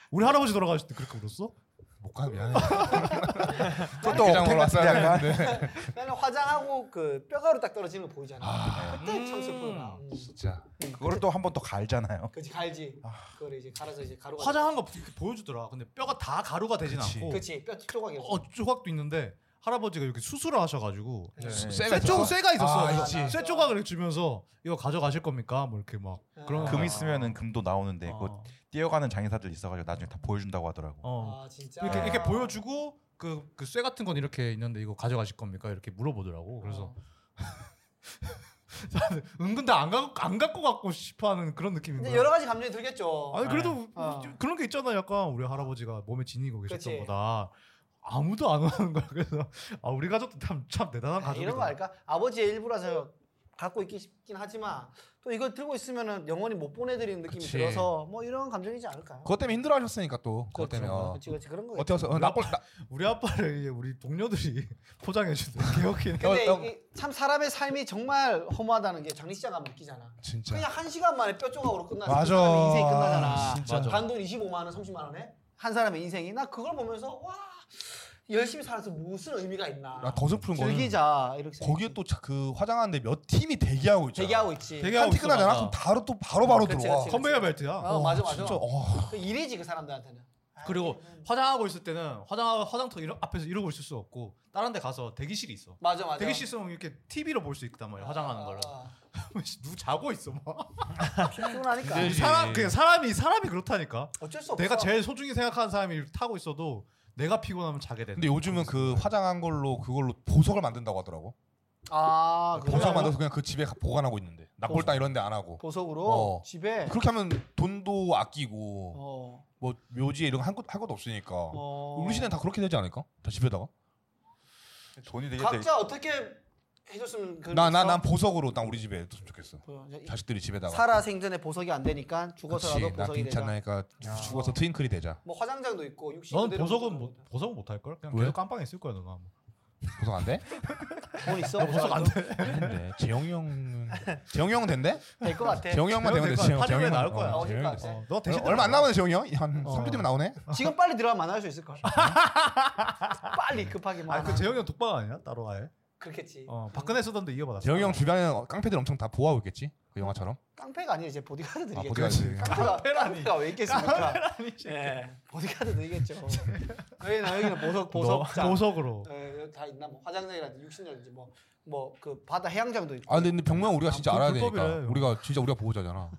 우리 할아버지 돌아가실 때 그렇게 울었어?
못 가면 미안해.
그것도
장으로
억텐 같은데
왔어야
약간.
되는데.
나는 화장하고 그 뼈가루 딱 떨어지는 거 보이잖아.
네.
아
그때 참 슬프구나. 음.
진짜.
그거를 또 한 번 더 갈잖아요.
그지 갈지. 그거를 이제 갈아서 이제 가루가.
화장한 거 보- 보여주더라 근데 뼈가 다 가루가 되진
그치.
않고
그치 뼈 조각이. 없어.
어 조각도 있는데 할아버지가 이렇게 수술을 하셔가지고
네.
쇠 쪽, 쇠가 있었어
아,
그래서
있지.
쇠 조각을 주면서 이거 가져가실 겁니까? 뭐 이렇게 막 그런
아.
금 있으면은 금도 나오는데 그
어,
그거 뛰어가는 장의사들 있어가지고 나중에 다 보여준다고 하더라고.
어.
아 진짜.
이렇게 이렇게 보여주고 그 그 쇠 같은 건 이렇게 있는데 이거 가져가실 겁니까? 이렇게 물어보더라고. 그래서
아.
다들 은근 다안 갖고 안 갖고 갖고 싶어하는 그런 느낌인
근데
거야.
여러 가지 감정이 들겠죠.
아니 그래도
어.
그런 게 있잖아. 약간 우리 할아버지가 몸에 지니고 계셨던
그치.
거다. 아무도 안 하는 거야. 그래서 아 우리 가족도 참, 참 대단한
아,
가족이다.
이런 거 알까? 아버지의 일부라서 갖고 있긴 싶긴 하지만 또 이걸 들고 있으면은 영원히 못 보내드리는 느낌이
그치.
들어서 뭐 이런 감정이지 않을까요? 그렇죠.
그것 때문에 힘들어하셨으니까 또 그것 때문에 어.
그렇지, 그렇지 그런 거.
어때서 어, 나꼴 나-
우리 아빠를 이제 우리 동료들이 포장해 주는
아.
기억이
근데
어, 어.
이게 참 사람의 삶이 정말 허무하다는 게 장례식장 가면 느끼잖아.
진짜
그냥 한 시간 만에 뼈 조각으로 끝나.
맞아.
사람의 인생이 끝나잖아.
아, 진짜.
맞아.
단돈 25만 원, 30만 원에 한 사람의 인생이 나 그걸 보면서 와 열심히 살아서 무슨 의미가 있나.
나 더 슬픈 거는
즐기자 이렇게.
거기에 또 그 화장하는데 몇 팀이 대기하고 있잖아.
대기하고 있지.
되게
한티
있어,
끝나잖아.
맞아.
그럼 바로 또 바로 바로
그치,
들어와.
그치.
컨베이어 벨트야.
어 맞아 맞아.
진짜 어.
그 일이지 그 사람들한테는.
그리고
아이,
어. 화장하고 있을 때는 화장 화장터 이러, 앞에서 이러고 있을 수 없고 다른 데 가서 대기실이 있어.
맞아 맞아. 아.
대기실 있으면 이렇게 TV로 볼 수 있단 말이야. 화장하는 걸로. 누구 자고 있어 막.
아. 피곤하니까.
근데 그치.
사람 그냥 사람이 사람이 그렇다니까.
어쩔 수 없어.
내가 제일 소중히 생각하는 사람이 타고 있어도 내가 피곤하면 자게 되는.
근데 요즘은 그 화장한 걸로 그걸로 보석을 만든다고 하더라고.
아 그래요?
보석 만들어서 그냥 그 집에 가- 보관하고 있는데 낙골당 이런 데 안 하고.
보석으로
어.
집에.
그렇게 하면 돈도 아끼고
어.
뭐 묘지에 이런 거할 것도, 할 것도 없으니까.
어.
우리 시대는 다 그렇게 되지 않을까? 다 집에다가?
돈이 되게 돼.
각자 어떻게 해줬으면 그.
나 나 난 보석으로 난 우리 집에 뒀으면 좋겠어.
보여. 이-
자식들이 집에다가.
살아 생전에 보석이 안 되니까 죽어서라도
그치, 나
보석이 되자.
괜찮으니까 죽어서 트윙클이 되자.
뭐 화장장도 있고 육식.
넌
그대로
보석은 뭐
보석으로
못 보석은 못 할 걸. 그냥
왜?
계속 깜빵에 있을 거야 뭐. 누나.
보석 안 돼?
돈 있어?
보석 안 돼.
근데 재영이 형은 재영이 형은 된대?
될것 같아.
재영이 형만 되면 돼.
될거
재영,
같아.
재영이
팔
형만.
나올 거야.
어,
네. 나오실
재영이
것
형.
같아.
어, 너 대신
얼마 안 남았네 재영이 형? 한
어.
3주 뒤면 나오네?
지금 빨리 들어가면 만날 수 있을 걸. 빨리 급하게 만.
아그 재영이 형 독박 아니야? 따로 아예.
그렇겠지.
어 박근혜 쓰던데 이어받았어.
재영이 형 주변에 깡패들 엄청 다 보호하고 있겠지? 그 영화처럼?
깡패가 아니라 이제 보디가드들이겠죠.
아, 보디가드들이.
깡패가,
깡패라니.
깡패가 왜 있겠습니까? 예, 보디가드들이겠죠. 저희는 여기는 보석
뭐,
보석장.
보석으로. 네.
예, 다 있나 뭐 화장장이라든지 육신이라든지 뭐 뭐 그 바다 해양장도 있고
아 근데, 근데 병모형 우리가
아,
진짜
불-
알아야
불법이래.
되니까 우리가 진짜 우리가 보호자잖아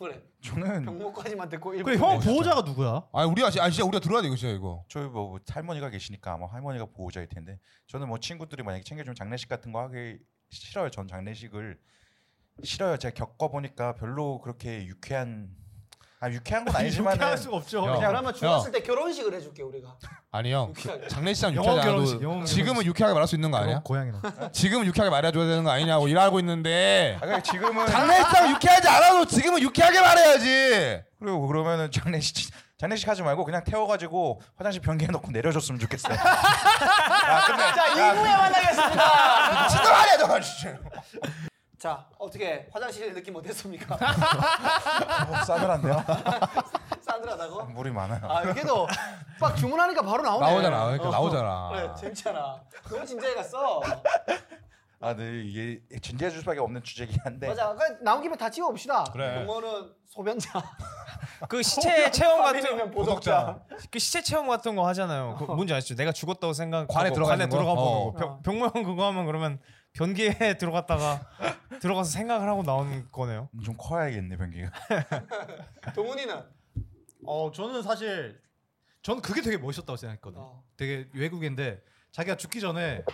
그래
저는
병목까지만 듣고
그래
일부
형 보호자가 누구야?
아 우리가 지- 아 진짜 우리가 들어야 돼 이거 진짜 이거
저희 뭐 할머니가 계시니까 아마 할머니가 보호자일 텐데 저는 뭐 친구들이 만약에 챙겨주면 장례식 같은 거 하기 싫어요. 전 장례식을 싫어요. 제가 겪어보니까 별로 그렇게 유쾌한 아 유쾌한 건 아니지만
이렇게 할 수가 없죠.
야.
그냥
그러면 죽었을 때 결혼식을 해줄게 우리가
아니 형
유쾌하게.
장례식장
영혼
유쾌하지
결혼식,
않아도
영혼
지금은
결혼식.
유쾌하게 말할 수 있는 거 아니야?
고양이랑.
지금은 유쾌하게 말해줘야 되는 거 아니냐고 일하고 있는데
아 그냥 지금은
장례식장 유쾌하지 않아도 지금은 유쾌하게 말해야지
그리고 그러면은 장례식 장례식 하지 말고 그냥 태워가지고 화장실 변기에 넣고 내려줬으면 좋겠어요.
자 2부에 만나겠습니다
진짜 말이야 너 진짜
자 어떻게 화장실 느낌 어땠습니까?
어, 싸늘한데요?
싸늘하다고?
물이 많아요.
아 그래도 막 주문하니까 바로 나오네
나오잖아 그러니까
어. 그래
나오잖아
재밌잖아 너무 진지해 갔어
아, 네 이게 진지해 줄 수밖에 없는 주제긴 한데.
맞아 그 나온 김에 다 찍어봅시다
그래.
영어는 소변자
그 시체 체험 같은
아니면 보석자
그 시체 체험 같은 거 하잖아요. 그 뭔지 아시죠? 내가 죽었다고 생각
관에 들어가 있는 거?
보고
어.
병- 병모형 그거 하면 그러면 변기에 들어갔다가 들어가서 생각을 하고 나오는 거네요.
좀 커야겠네 변기가.
동훈이는
어 저는 사실 저는 그게 되게 멋있었다고 생각했거든요.
어.
되게 외국인데 자기가 죽기 전에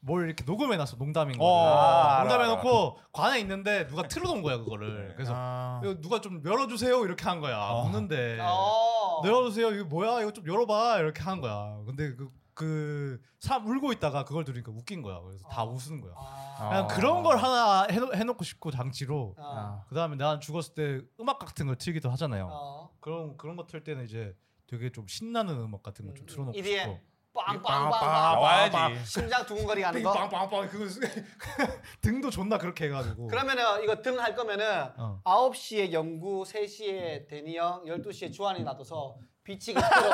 뭘 이렇게 녹음해놨어 농담인 거.
아, 알아,
농담해놓고 관에 있는데 누가 틀어놓은 거야 그거를. 그래서
아.
이거 누가 좀 열어주세요 이렇게 한 거야 묻는데
어.
열어주세요 이거 뭐야 이거 좀 열어봐 이렇게 한 거야. 근데 그, 그그삼 울고 있다가 그걸 들으니까 웃긴 거야. 그래서 다 웃는 거야.
아.
그냥 그런 걸 하나 해놓, 해놓고 싶고 장치로.
아.
그 다음에 난 죽었을 때 음악 같은 걸 틀기도 하잖아요.
어.
그런 그런 거 틀 때는 이제 되게 좀 신나는 음악 같은 거 좀
음,
틀어놓고
EDM.
싶고.
아, 빵빵빵빵
나와야지.
심장 두근거리게 하는 거
빵빵빵 그거 쓰- 등도 존나 그렇게 해가지고.
그러면은 이거 등 할 거면은
어.
9시에 영구, 3시에 데니 형, 12시에 주한이 놔둬서 비치가 서로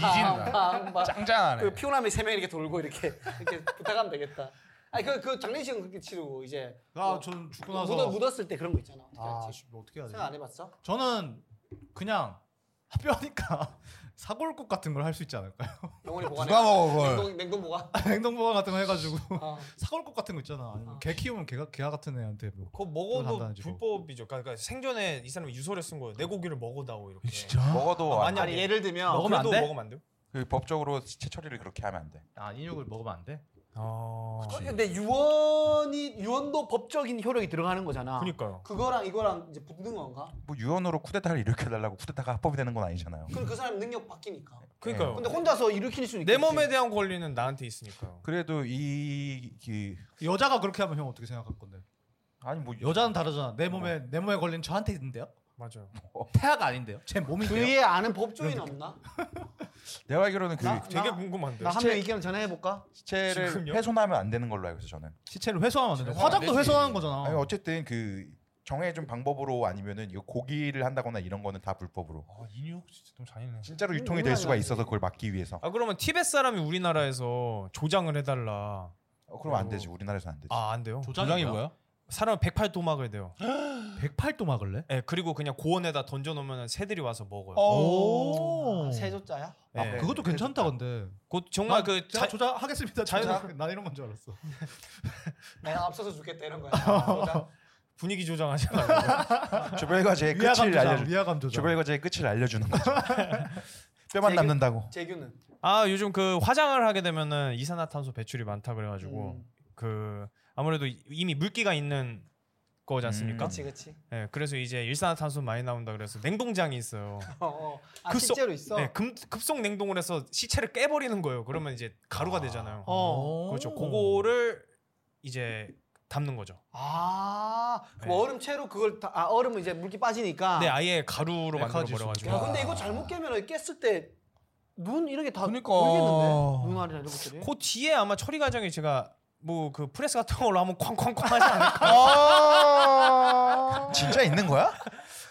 빵빵빵빵빵
짱짱하네
그 피곤함이 세명 이렇게 돌고 이렇게 이렇게 부탁하면 되겠다. 아니 그 그 장례식은 그렇게 치르고 이제 뭐
아전 죽고 그 나서
묻어, 묻었을 때 그런 거 있잖아. 어떻게
아
할지.
씨, 뭐 어떻게 해야 돼?
생각 안 해봤어?
저는 그냥 뼈니까 사골국 같은 걸 할 수 있지 않을까요?
영원히 보관해.
누가 먹어 그걸
냉동 냉동 보관.
냉동 보관 같은 거 해가지고
어.
사골국 같은 거 있잖아. 아니면
어.
개 키우면 개가 개가 같은 애한테 뭐.
그거
그건
먹어도
간단하지, 뭐.
불법이죠. 그러니까, 그러니까 생전에 이 사람이 유서를 쓴 거예요. 내 고기를 먹어다오 이렇게.
진짜?
뭐
먹어도
아,
안
아니,
아니 예를 들면
먹으면 안
그래도
돼?
먹으면 안 돼요?
그 법적으로 시체 처리를 그렇게 하면 안 돼.
아 인육을 먹으면 안 돼?
어.
근데 유언이 유언도 법적인 효력이 들어가는 거잖아.
그니까요.
그거랑 이거랑 이제 붙는 건가?
뭐 유언으로 쿠데타를 일으켜달라고 쿠데타가 합법이 되는 건 아니잖아요.
그럼 그 사람 능력 바뀌니까.
그니까요.
근데 혼자서 일으킬 수는
네. 내
있겠지.
몸에 대한 권리는 나한테 있으니까요.
그래도 이, 이
여자가 그렇게 하면 형 어떻게 생각할 건데?
아니 뭐
여자는 다르잖아. 내 몸에 내 몸에 걸린 저한테 있는데요?
맞아요.
태아가 아닌데요? 제 몸인데요?
그에 아는 법조인
그러니까.
없나?
내가 알기로는 그
나-
되게
나-
궁금한데.
나 한 명 의견 전화해 볼까?
시체를
아, 지금요?
훼손하면 안 되는 걸로 알고 있어 저는.
시체를 회수하면 안 돼.
회수하면
화장도
되지.
회수하는 거잖아.
아니 어쨌든 그 정해준 방법으로 아니면은 이 고기를 한다거나 이런 거는 다 불법으로.
아 인육 진짜 좀 잔인해.
진짜로 유통이 될 수가 있어서 그걸 막기 위해서.
아 그러면 티벳 사람이 우리나라에서 조장을 해달라.
어, 그럼 안 되지. 우리나라에서 안 되지.
아 안 돼요.
조장이 네. 뭐야?
사람은 108도 막을 돼요.
108도 막을래?
예 그리고 그냥 고원에다 던져놓으면 새들이 와서 먹어요.
오.
아, 세조자야?
예.
아, 그것도 괜찮다 근데.
곧 정말 그
제가
자,
조장하겠습니다.
자유-
조장. 난 이런 건 줄 알았어.
내가 앞서서 죽겠다 이런 거야. 아, 세조자.
분위기 조장하지 말고
조별과제의
위화감
끝을
조장.
알려주.
위화감 조장.
조별과제의 끝을 알려주는 거죠. 뼈만 남는다고.
재규는
아 요즘 그 화장을 하게 되면은 이산화탄소 배출이 많다 그래가지고
음.
그 아무래도 이- 이미 물기가 있는 거지 않습니까?
음.
그치 그치.
예, 그래서 이제 일산화탄소 많이 나온다 그래서 냉동장이 있어요.
어, 어. 아
그 속-
실제로 있어.
네, 금, 급속 냉동을 해서 시체를 깨버리는 거예요. 그러면 이제 가루가 되잖아요.
어.
그렇죠. 그거를 이제 담는 거죠.
아, 그럼
네.
얼음 채로 그걸 다, 아, 얼음은 이제 물기 빠지니까.
근데 네, 아예
네,
가루로 만들어 버려가지고.
야, 근데 이거 잘못 깨면 깼을 때 눈 이런 게다
그러니까.
보이겠는데? 눈알이나 이런 것들이.
그 뒤에 아마 처리 과정이 제가 뭐 그 프레스 같은 걸로 하면 쾅쾅쾅 하지 않을까?
진짜 있는 거야?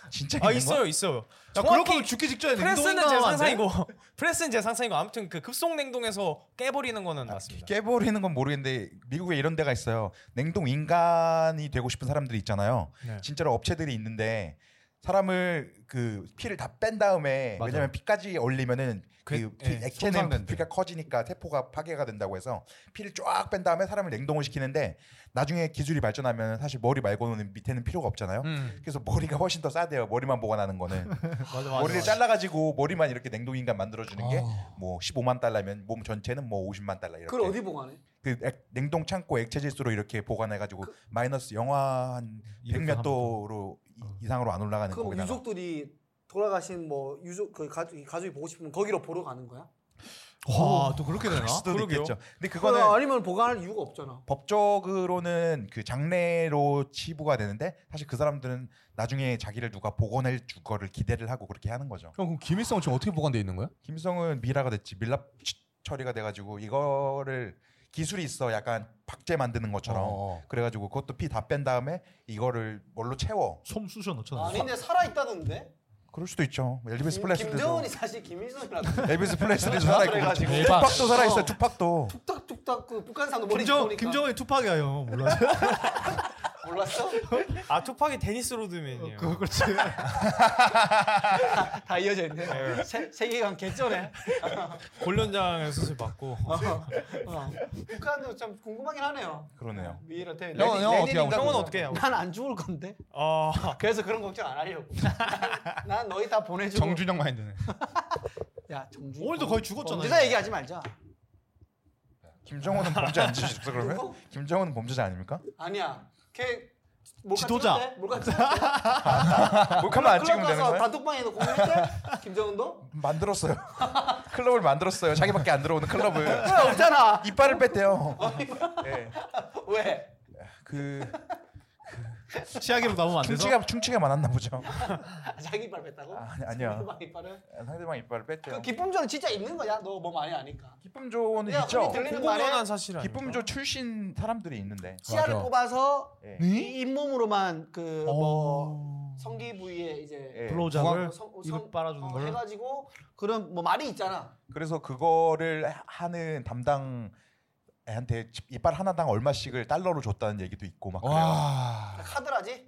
진짜 있는
아
거야?
있어요, 있어요.
야, 그럴 거면 죽기 직전에
프레스는
냉동이나
제
하면 안 돼?
상상이고 프레스는 제 상상이고 아무튼 그 급속 냉동에서 깨버리는 거는
아,
맞습니다.
깨버리는 건 모르겠는데 미국에 이런 데가 있어요. 냉동 인간이 되고 싶은 사람들이 있잖아요.
네.
진짜로 업체들이 있는데 사람을 그 피를 다 뺀 다음에
맞아요.
왜냐면 피까지 얼리면은 그,
그-
피
예,
액체는
손상된대.
피가 커지니까 세포가 파괴가 된다고 해서 피를 쫙 뺀 다음에 사람을 냉동을 시키는데 나중에 기술이 발전하면 사실 머리 말고는 밑에는 필요가 없잖아요.
음.
그래서 머리가 훨씬 더 싸대요. 머리만 보관하는 거는
맞아, 맞아,
머리를
맞아.
잘라가지고 머리만 이렇게 냉동 인간 만들어주는 게
아.
뭐 15만 달러면 몸 전체는 뭐 50만 달러 이렇게.
그걸 어디 보관해?
그 액- 냉동 창고 액체 질소로 이렇게 보관해가지고
그
마이너스 영하 한
이렇게
100몇
하면
도로 이-
어.
이상으로 안 올라가는
그럼
거기다가
유족들이 돌아가신 뭐 유족 그 가족 가족이 보고 싶으면 거기로 보러 가는 거야?
와, 또 아, 그렇게 되나?
수도
그러게요.
있겠죠. 근데
그거는
그거는
아니면 보관할 이유가 없잖아.
법적으로는 그 장례로 치부가 되는데 사실 그 사람들은 나중에 자기를 누가 복원해 줄 거를 기대를 하고 그렇게 하는 거죠.
형 그럼 김일성은 지금 어떻게 보관돼 있는 거야?
김성은 미라가 됐지 밀랍 처- 처리가 돼가지고 이거를 기술이 있어 약간 박제 만드는 것처럼
어.
그래가지고 그것도 피 다 뺀 다음에 이거를 뭘로 채워
솜 쑤셔 넣잖아.
아니 근데 살아 있다던데?
그럴 수도 있죠 뭐 엘비스
음,
플레스도
김정은이 사실 김일성이라고
엘비스 플레스도 살아있고
그래가지고.
투팍도 살아있어 투팍도
뚝딱뚝딱 그 북한산도 머리
김정
보니까
김정은이 투팍이야 형 몰라.
몰랐어?
아 투팍이 데니스 로드맨이에요.
그거 그렇지.
다 이어져 있네. 세, 세계관 개쩌네.
골련장에 수술 받고
어, 어. 북한도 참 궁금하긴 하네요. 뭐
그러네요
미래를 대.
형은- 형은 어떻게 하고
형은 어떻게 하고
난안 죽을 건데.
어,
아,
아, 그래서 그런 걱정 안 하려고. 난, 난 너희 다 보내주고.
정준영 마인드네.
야 정준.
오늘도 거의 죽었잖아,
범죄자
이거.
얘기하지 말자. 아.
김정은은 범죄 안 지셨어
누구?
그러면? 김정은은 범죄자 아닙니까?
아니야. 걔 몰카
지도자.
찍었대? 몰카 찍었대?
몰카만 뭐 안
아, 클럽
찍으면 되는
가서
거야?
단톡방에도 공유했대? 김정은도?
만들었어요 클럽을 만들었어요 자기밖에 안 들어오는 클럽을
그래 없잖아.
이빨을 뺐대요
아,
예.
왜?
그
치약이로 남으면 안 돼서.
충치가 충치가 많았나 보죠
자기 이빨 뺐다고?
아, 아니- 아니야.
상대방 이빨을?
상대방 이빨을 뺐대요
그 기쁨전은 진짜 있는 거야? 너 뭐 많이 아니까.
기쁨조는
야,
있죠.
흔히 들리는 말에
공공연한 사실 아니에요.
기쁨조 출신 사람들이 있는데.
치아를
맞아.
뽑아서
예.
네?
이 잇몸으로만 그 뭐 성기 부위에 이제
예.
블로우잡을
성-
입을
성-
빨아주는
어,
걸로.
해가지고 그런 뭐 말이 있잖아.
그래서 그거를 하- 하는 담당 애한테 집- 이빨 하나당 얼마씩을 달러로 줬다는 얘기도 있고 막 그래요.
와.
아, 카드라지?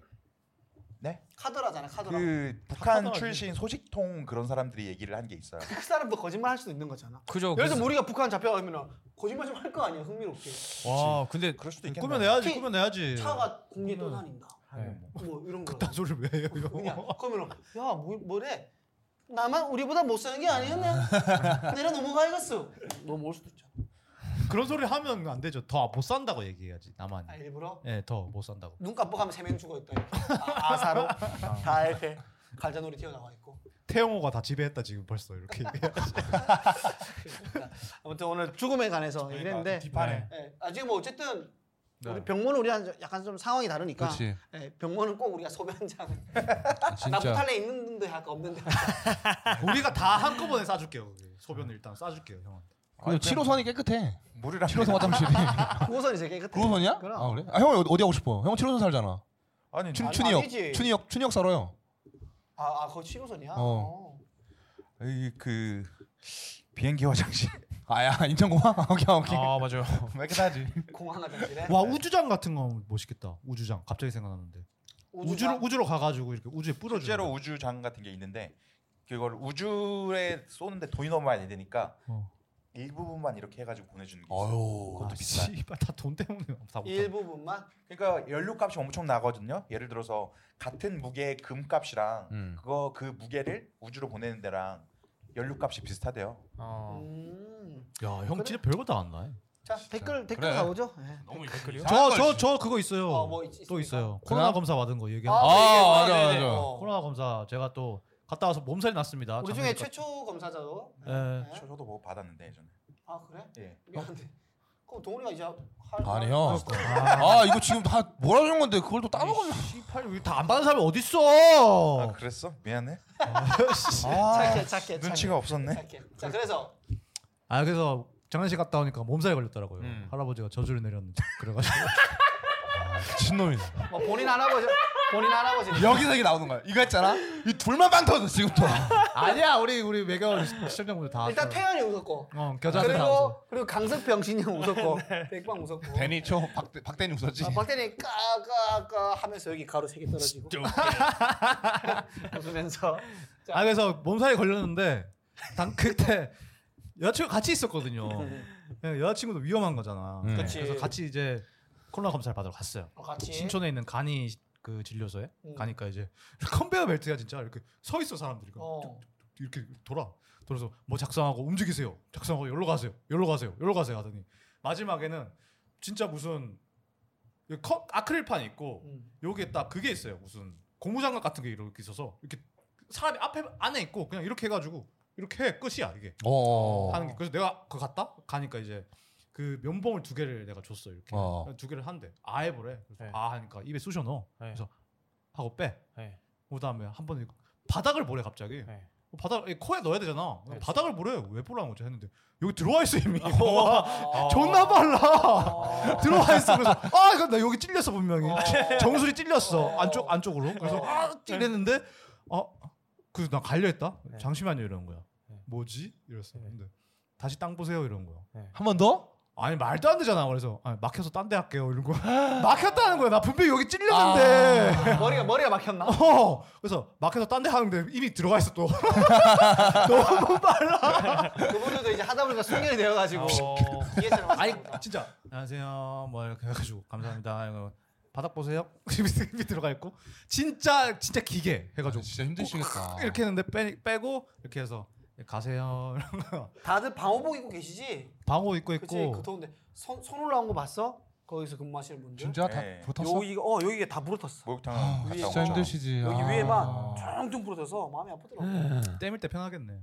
네?
카드라잖아 카드라. 그,
그 북한
하더라고요.
출신 소식통 그런 사람들이 얘기를 한 게 있어요.
그 사람도 거짓말 할 수도 있는 거잖아.
그죠.
어, 그래서 우리가 북한 잡혀가면 거짓말 좀 할 거 아니야 흥미롭게.
와 근데
그럴 수도 있겠네.
꾸며내야지,
키-
꾸며내야지.
차가 공개 떠다닌다.
네.
뭐 이런 거.
딴 소리를 왜 해요,
그냥
이거?
그러면 야 뭐, 뭐래? 나만 우리보다 못 사는 게 아니었네. 내가 넘어가야겠어. 넘어올 수도 있잖아.
그런 소리 하면 안 되죠. 더 못 산다고 얘기해야지 나만.
아, 일부러
예, 더 못 산다고.
눈 깜빡하면 세 명 죽어 있다. 이렇게. 아, 아사로 다 이렇게 갈자놀이 튀어나와 있고.
태용호가 다 지배했다 지금 벌써 이렇게.
아무튼 오늘 죽음에 관해서 얘기를 했는데
그러니까 뒷판에
예, 아직 뭐 어쨌든
네.
우리 병문은 우리랑 약간 좀 상황이 다르니까
그렇지.
예, 병문은 꼭 우리가 소변 한 장. 나
진짜
부탈래 있는 데 할까 없는 데.
우리가 다 한꺼번에 싸줄게요. 그게. 소변을 일단 싸줄게요 형한테.
근데 7호선이 깨끗해.
물이랑
7호선 화장실이.
구호선이 제일 깨끗해.
9호선이야?
그럼.
아 그래? 아 형은 어디 가고 싶어? 형은 7호선 살잖아.
아니
춘,
아니,
춘이역.
아니지.
춘이역 춘이역 살아요.
아, 아, 그거 7호선이야.
어.
어.
이그 비행기 화장실
아야 인천공항. 오케이 오케이.
아 맞아요.
왜 깨끗하지?
공항 화장실에.
와 우주장 같은 거 멋있겠다. 우주장 갑자기 생각났는데. 우주로
우주로
우주로 가가지고 이렇게 우주에 뿌려주는.
실제로
거.
우주장 같은 게 있는데 그걸 우주에 쏘는데 돈이 너무 많이 되니까
어.
일부분만 이렇게 해가지고 보내주는 게 있어요.
아유.
아,
비싸.
씨발 다 돈 때문에 다 못.
일부분만
그러니까 연료값이 엄청 나거든요. 예를 들어서 같은 무게의 금값이랑
음.
그거 그 무게를 우주로 보내는 데랑 연료값이 비슷하대요.
어.
음.
아, 야형 진짜 별거 다 안 나.
자 댓글 댓글
그래.
가보죠. 예.
너무 댓글이요?
저저 저 그거 있어요.
어, 뭐 있-
또
있습니까?
있어요. 코로나
그럼?
검사 받은 거 얘기.
아,
아,
아,
네,
맞아,
네, 네.
맞아.
어.
코로나 검사 제가 또 갔다 와서 몸살이 났습니다.
우리 중에
작년까지.
최초 검사자도.
예.
저, 저도 뭐 받았는데 예전에.
아 그래?
예.
미안한데. 그럼 동훈이가 이제 할.
아니요.
아,
아 이거 지금 다 뭐라 그런 건데 그걸 또 따먹어.
씨발 다안 받은 사람이 어디 있어?
아 그랬어? 미안해.
아.
착해 착해.
눈치가 없었네.
착해. 자 그래서
아 그래서 장례식 갔다 오니까 몸살이 걸렸더라고요.
음.
할아버지가 저주를 내렸는데 그래가지고
미친놈이네.
뭐 본인 할아버지 본인 할아버지.
여기서 이게 나오는 거야. 이거 했잖아. 이 둘만 빵 터졌어 지금부터.
아니야 우리 우리 매겨 시청자분들 다
일단
왔어요.
태연이 웃었고.
어 겨자
그리고 그리고 강석병 신형 웃었고 백방 웃었고.
대니 초 박대 박대니 웃었지.
아, 박대니 까까까 하면서 여기 가로 세 개 떨어지고 웃으면서
아 그래서 몸살이 걸렸는데 당 그때 여자친구 같이 있었거든요. 예, 여자친구도 위험한 거잖아.
음.
그치.
그래서 같이 이제 코로나 검사를 받으러 갔어요.
어, 같이
신촌에 있는 간이 그 진료소에
음.
가니까 이제 컨베이어 벨트가 진짜 이렇게 서 있어 사람들이
어.
이렇게 돌아 돌아서 뭐 작성하고 움직이세요 작성하고 여기로 가세요 여기로 가세요 여기로 가세요 하더니 마지막에는 진짜 무슨 이 컵- 아크릴판 있고
음.
여기에 딱 그게 있어요 무슨 고무장갑 같은 게 이렇게 있어서 이렇게 사람이 앞에 안에 있고 그냥 이렇게 해가지고 이렇게 해 끝이야 이게
어.
하는 게 그래서 내가 그거 갔다 가니까 이제 그 면봉을 두 개를 내가 줬어 이렇게
어.
두 개를 한대 아 해보래 그래서
네.
아 하니까 입에 쑤셔 넣어
네.
그래서 하고 빼
네.
그다음에 한 번 바닥을 보래 갑자기
네.
바닥 이 코에 넣어야 되잖아
네.
바닥을 보래 왜 보라는 거지 했는데 여기 들어와 있어 이미
아.
존나 빨라
어.
들어와 있어 그래서 아 이거 나 여기 찔렸어 분명히
아.
어.
정수리 찔렸어
어.
안쪽 안쪽으로
네.
그래서
어.
아 찔렸는데 어 그래서 나 갈려했다
네.
잠시만요 이러는 거야
네.
뭐지 이랬어
네.
근데 다시 땅 보세요 이러는 거야
네.
한 번 더?
아니 말도 안 되잖아 그래서 아니, 막혀서 딴 데 할게요 이런 거 막혔다는 거야 나 분명히 여기 찔렸는데
머리가 머리가
아.
막혔나?
어 그래서 막혀서 딴 데 하는데 이미 들어가 있어 또 너무 빨라
그분들도 이제 하다 보니까 숙련이 되어가지고
어.
이해처럼
아니 진짜 안녕하세요 뭐 이렇게 해가지고 감사합니다 이거 바닥 보세요 이미 들어가 있고 진짜 진짜 기계 해가지고 아.
진짜 힘드시겠다.
이렇게 했는데 빼, 빼고 이렇게 해서 가세요 이런 거.
다들 방호복 입고 계시지?
방호 입고
그치
있고
그 더운데 손, 손 올라온 거 봤어? 거기서 근무하시는 분들
진짜 다
예.
붙었어? 아,
여기 어 여기가 다
뭐,
부러졌어
아,
목욕탕
진짜
갔다 온
진짜
거죠.
힘드시지.
여기
아.
위에만 쫑쫑 부러져서 마음이 아프더라고
때밀 때 편하겠네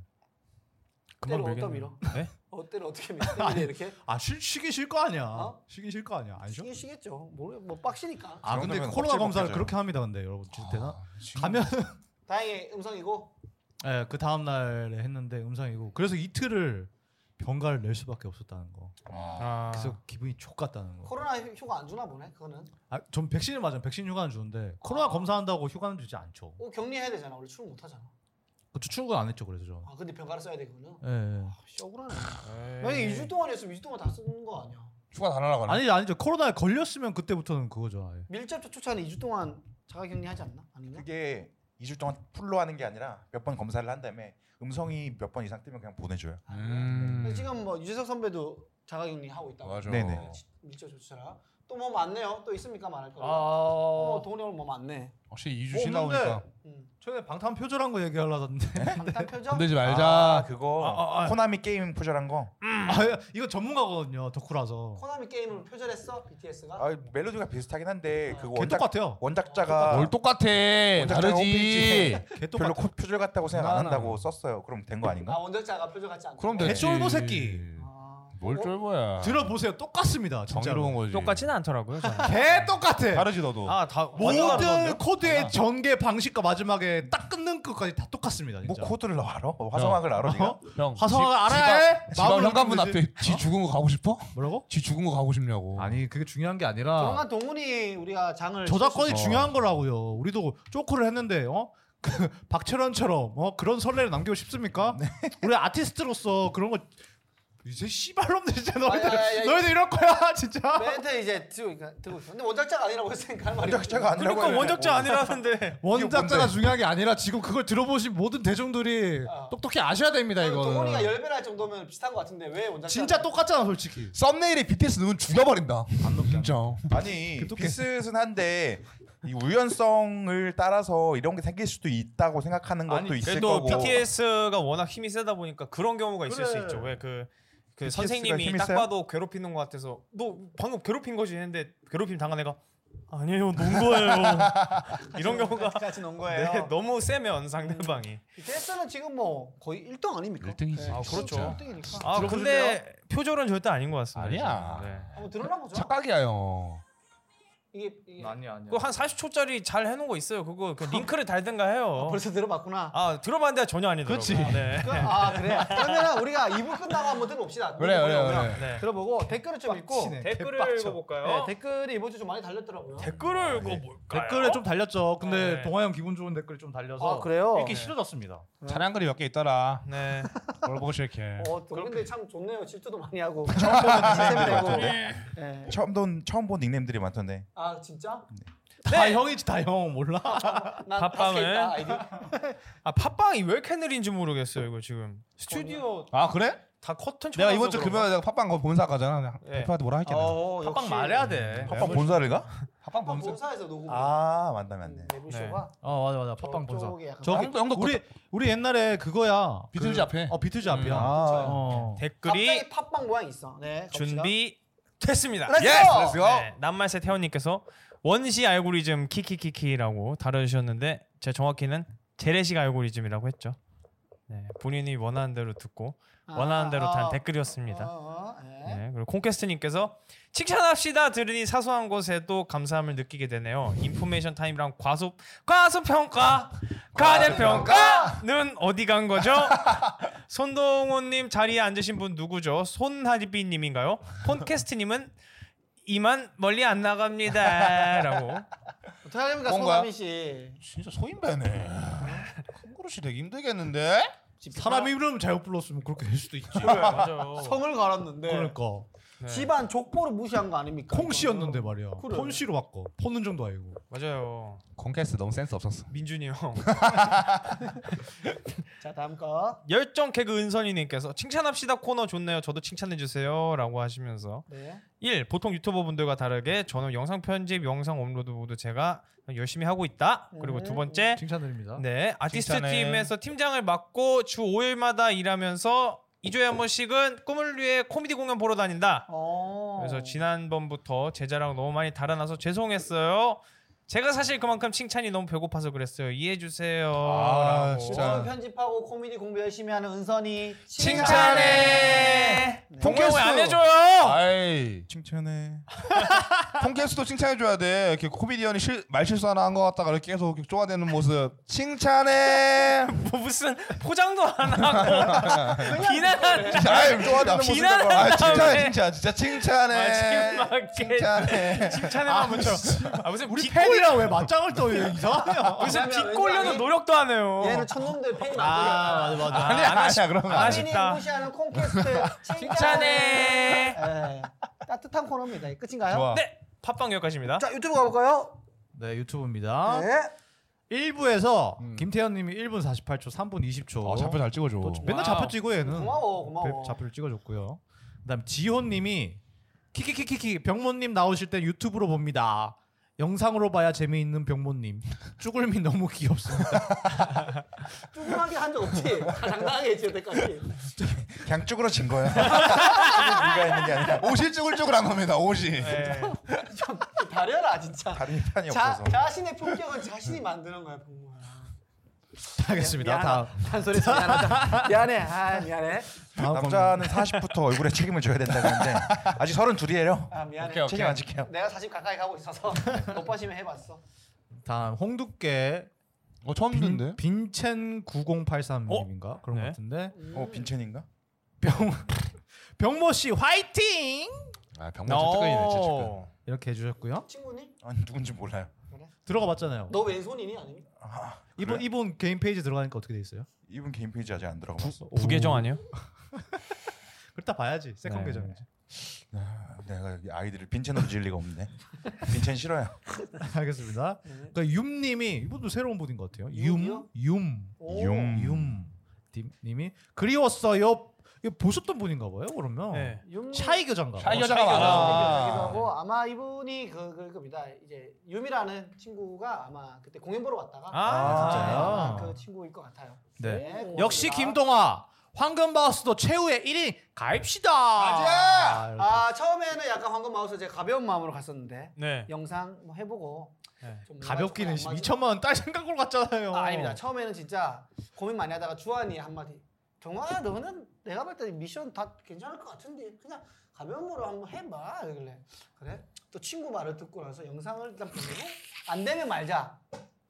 때를
금방
어디다
밀겠네.
밀어?
네?
어 때를 어떻게 밀어? 때를 이렇게?
아 쉬, 쉬긴 쉴 거 아니야
어?
쉬긴 쉴 거 아니야 안 쉬어?
쉬긴 쉬겠죠 모르 뭐 빡시니까
아
그
근데
정도면
코로나
억지로
검사를
벗겨져요.
그렇게 합니다 근데 여러분 진짜 대단
아, 지금
가면
다행히 음성이고
예, 그 다음 날에 했는데 음성이고 그래서 이틀을 병가를 낼 수밖에 없었다는 거.
아.
아.
그래서 기분이 족같다는 거.
코로나 휴가 안 주나 보네 그거는
아, 전 백신을 맞아. 백신 휴가는 주는데
아.
코로나 검사한다고 휴가는 주지 않죠.
어, 격리해야 되잖아 원래 출근 못 하잖아
그 출근 안 했죠, 그래서 저는.
아 근데 병가를 써야 돼 그거는
예. 예.
아, 씨 억울하네 만약에 2주 동안 했으면 2주 동안 다 쓰는 거 아니야
추가 다 날아가네.
아니죠, 아니죠. 코로나에 걸렸으면 그때부터는 그거죠. 아예.
밀접 접촉자는 2주 동안 자가 격리하지 않나? 아닌가?
그게 2주 동안 풀로 하는 게 아니라 몇 번 검사를 한 다음에 음성이 몇 번 이상 뜨면 그냥 보내줘요.
음.
지금 뭐 유재석 선배도 자가 격리하고 있다고
맞아.
네네.
밀접 접촉자 또 뭐 많네요. 또 있습니까 말할 거. 아.
아.
어, 돈이 오늘 뭐 많네.
확실히 이주신
어, 근데-
나오니까
음.
최근에 방탄 표절한 거 얘기하려던데.
네?
방탄 표정.
건들지
아
말자.
그거
아, 아, 아.
코나미 게임 표절한 거.
아, 예. 이거 전문가거든요. 덕후라서.
코나미 게임을 표절했어 BTS가.
아 멜로디가 비슷하긴 한데 그거
걔
원작
똑같아요.
원작자가
뭘 똑같아.
원작자
다르지.
홈페이지에
걔
별로
똑같아.
코 표절 같다고 생각
나나.
안 한다고 썼어요. 그럼 된 거
아
아닌가?
원작자가 표절 같지 않다.
그럼
개
됐지.
쫄보 새끼.
아.
뭘 쫄보야.
들어보세요. 똑같습니다.
정의로운
진짜로.
거지.
똑같지는 않더라고요. 저는.
걔 똑같아.
다르지 너도.
아다
모든 코드의 전개 방식과 마지막에 딱 끊는 것까지 다 똑같습니다.
뭐
진짜.
코드를 알아? 화성학을 알아? 네가?
어?
형.
화성학을 알아야 해.
지방
마음을
현관문
얻는
앞에 어. 지 죽은 거 가고 싶어?
뭐라고?
지 죽은 거 가고 싶냐고.
아니 그게 중요한 게 아니라
정한 동훈이 우리가 장을
저작권이
어.
중요한 거라고요. 우리도 쪼크를 했는데 어? 그 박철현처럼 어? 그런 선례를 남기고 싶습니까?
네.
우리 아티스트로서 그런 거 이제 씨발놈들 진짜 너희들
아, 야, 야, 야.
너희들 이럴 거야 진짜.
멘트 이제 들고 들고 있어. 근데 원작자가 아니라고 했으니까 할 말이
원작자가
없지.
아니라고
그러니까
했는데
원작자
뭐.
아니라는데.
원작자가 중요한 게 아니라 지금 그걸 들어보신 모든 대중들이
어.
똑똑히 아셔야 됩니다 이거.
동훈이가 열 배를 할 정도면 비슷한 것 같은데 왜 원작자?
진짜 똑같잖아 솔직히.
썸네일에 BTS 눈 죽여버린다. 진짜.
아니 비슷은 한데 이 우연성을 따라서 이런 게 생길 수도 있다고 생각하는 것도 있을
그래도
거고
BTS가 워낙 힘이 세다 보니까 그런 경우가 있을 수
그래.
있죠. 왜 그 그
BTS 가
선생님이
힘이
딱
세요?
봐도 괴롭히는 것 같아서 너 방금 괴롭힌 거지 했는데 괴롭힘 당한 애가 아니에요 논 거예요 이런 경우가
같이 논 거예요.
네, 너무 세면 상대방이
BTS는 지금 뭐 거의 1등 아닙니까?
1등이지.
아, 그렇죠.
1등이니까.
아 근데 표절은 절대 아닌 것 같습니다
아니야.
한번 들어나 보죠.
착각이야 형.
이게 이게
아니야 아니야.
그한 40초짜리 잘 해놓은 거 있어요 그거 그 링크를 달든가 해요
아, 벌써 들어봤구나.
아 들어봤는데 전혀 아니더라고요
그치.
네.
그- 아 그래. 그러면 우리가 2부 끝나고 한번 들어봅시다.
그래 그래
들어보고
그래.
네.
들어보고 댓글을 좀 읽고.
빡치네.
댓글을
개빡쳐.
읽어볼까요?
네, 댓글이 이번 주 좀 많이 달렸더라고요.
댓글을 읽어볼까요?
댓글에 좀 달렸죠. 근데
네.
동아 형 기분 좋은 댓글이 좀 달려서
아, 그래요?
읽기
네.
싫어졌습니다.
찬양글이 몇 개 있더라.
네.
뭘 보고 싶게.
어, 또 근데 참 좋네요. 질투도 많이 하고. 처음 보는 시스템이 되고. 네.
처음 본 처음 본 닉네임들이 많던데
아 진짜?
다 형이지 다 형 몰라.
난
팟빵을.
다섯 개 있다, 아이디.
아 팟빵이 왜 이렇게 느린지 모르겠어요 이거 지금 어, 뭐. 스튜디오
아 그래?
다 커튼 쳐놔서
내가 이번 주
그런가?
금요일에 내가 팟빵 거 본사 가잖아. 내가
예.
대표한테 뭐라 할게. 내가.
어,
팟빵
역시
말해야 돼
팝빵 본사를 가?
팟빵
팟빵
본사.
본사에서 녹음.
아 맞다 맞네
내부쇼가.
어 맞아 맞아 팟빵 본사.
저쪽에 약간
저기
형도- 형도
우리 우리 옛날에 그거야.
비틀즈
그-
앞에.
어 비틀즈
음,
앞이야.
아
어.
댓글이
갑자기 팟빵 모양 있어. 네. 갑시다.
준비 됐습니다
렛츠
예스.
고!
렛츠고.
네, 남말세 태원님께서 원시 알고리즘 키키키키라고 다뤄주셨는데 제 정확히는 재래식 알고리즘이라고 했죠 네, 본인이 원하는 대로 듣고 원하는 대로 단
아,
댓글이었습니다
어, 어, 예.
네, 그리고 콩캐스트님께서 칭찬합시다 들으니 사소한 것에도 감사함을 느끼게 되네요. 인포메이션 타임이랑 과소 과소 평가 과대 평가는 어디 간 거죠? 손동호님 자리에 앉으신 분 누구죠? 손하리비님인가요? 폰캐스트님은 이만 멀리 안 나갑니다라고.
어떻게 하십니까
뭔 거야?
손아미 씨?
진짜 소인배네. 큰 그릇이 되게 힘들겠는데?
집
사람 이름 잘못 불렀으면 그렇게 될 수도 있지.
네.
집-
맞아요.
성을 갈았는데 네.
그러니까
네,
집안 족보를 무시한 거 아닙니까? 음,
콩씨였는데 말이야.
그래.
폰씨로 바꿔. 폰은 정도 아니고.
맞아요.
콘캐스트 너무 센스 없었어.
민준이 형.
자 다음 거.
열정 개그 은선이님께서 칭찬합시다 코너 좋네요. 저도 칭찬해 주세요라고 하시면서
네.
1. 보통 유튜버분들과 다르게 저는 영상 편집, 영상 업로드 모두 제가 열심히 하고 있다. 그리고 두 번째,
칭찬드립니다.
네 아티스트
칭찬해.
팀에서 팀장을 맡고 주 5일마다 일하면서 2주에 한 번씩은 꿈을 위해 코미디 공연 보러 다닌다.
어.
그래서 지난번부터 제자랑 너무 많이 달아나서 죄송했어요. 제가 사실 그만큼 칭찬이 너무 배고파서 그랬어요. 이해해 주세요.
아,
라고.
진짜.
오늘 편집하고 코미디 공부 열심히 하는 은선이 네.
칭찬해. 공연 왜안 해줘요?
아이.
칭찬해
콘캐스트도 칭찬해줘야 돼. 이렇게 코미디언이 실, 말실수 하나 한 거 같다가 이렇게 계속 이렇게 쪼아대는 모습. 칭찬해.
뭐 무슨 포장도 안 하고 비난한
아이 쪼아대는 아, 모습.
비난한다,
아 칭찬해
왜?
진짜 진짜
네.
칭찬해.
마지막에
칭찬해.
칭찬에만 붙여. 아 무슨
우리
뒷골-
팬이랑 왜 맞짱을 떠 이상하냐.
무슨
왜냐면
뒷골려는
왠지
노력도 안 해요.
얘는 첫놈들 팬이
아
많거든.
맞아 맞아.
아니 안 하시.
아니야 그런 거.
아,
아니야.
아쉽다.
본인이 무시하는 콩캐스트
칭찬해.
예. 따뜻한 코너입니다. 이게 끝인가요?
좋아.
네 팟빵 여기까지입니다.
자 유튜브 가볼까요?
네 유튜브입니다.
네.
1부에서 김태현님이 1분 48초, 3분 20초.
어, 잡표 잘 찍어줘.
또 맨날
와우.
잡혀 찍어 얘는.
고마워 고마워.
잡표를 찍어줬고요. 그다음 지호님이 키키키키키 병모님 나오실 때 유튜브로 봅니다. 영상으로 봐야 재미있는 병모님. 쭈글미 너무 귀엽습니다.
쭈그하게 한 적 없지. 다 당당하게 했지 여태까지.
그냥 쭈그러진 거야. 네가 있는 게 아니라
옷이 쭈글쭈글한 겁니다. 옷이.
네.
좀 다려라 진짜.
다른 편이
자, 아,
없어서.
자신의 품격은 자신이 만드는 거야 봉모야.
알겠습니다. 다음.
한소리 미안하다. 미안해. 아 미안해.
다음
남자는 40부터 얼굴에 책임을 져야 된다고 하는데 아직 32예요.
아 미안해.
책임 안 지켜요.
내가 40 가까이 가고 있어서 덧버시면 해봤어.
다음 홍두깨
어 처음 듣는데.
빈첸 9083님인가 그런
네.
것 같은데
어 빈첸인가?
병 병모 씨 화이팅
아 병만 착각이네 제 측근.
어.
이렇게 해주셨고요.
친구니?
아니 누군지 몰라요.
들어가봤잖아요.
너 왼손이니 아니니?
이분 이분 개인 페이지 들어가니까 어떻게 돼 있어요?
이분 개인 페이지 아직 안 들어가봤어.
부계정 아니에요?
그렇다 봐야지 세컨
네.
계정이지.
아, 내가 이 아이들을 빈첸으로 지을 리가 없네. 빈첸 싫어요.
알겠습니다. 그러니까 윰님이 이분도 새로운 분인 것 같아요.
네. 윰이요?
윰 윰.
오.
용.
윰 님- 님이 그리웠어요. 이거 보셨던 분인가 봐요. 그러면
네.
윰.
샤이 교장가.
샤이
어,
여자가 많아.
뭐 얘기도 하고 아마 이분이 그, 그 겁니다. 이제 유미라는 친구가 아마 그때 공연 보러 갔다가
아,
진짜요?
아마 그 친구일 것 같아요.
네.
고맙습니다.
역시 김동아 황금바우스도 최후의 1인 가입시다.
가자!
아,
아 처음에는 약간 황금 마우스 제가 가벼운 마음으로 갔었는데
네.
영상 뭐 해보고
네.
좀 뭔가
가볍기는
조금 안
2천만 원 딸 생각으로 갔잖아요.
맞아. 아,
어.
아닙니다. 처음에는 진짜 고민 많이 하다가 주한이 한마디 동아 너는 내가 볼 때 미션 다 괜찮을 것 같은데 그냥 가벼운 거로 한번 해봐 그래 그래 또 친구 말을 듣고 나서 영상을 일단 보고 안 되면 말자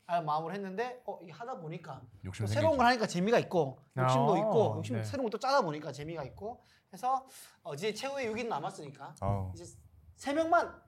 라는 마음으로 했는데 어 이게 하다 보니까 또
욕심
새로운 걸 하니까 재미가 있고 욕심도
아,
있고 욕심
네.
새로운 것도 짜다 보니까 재미가 있고 해서 어, 이제 최후의 6인 남았으니까
아우.
이제 세 명만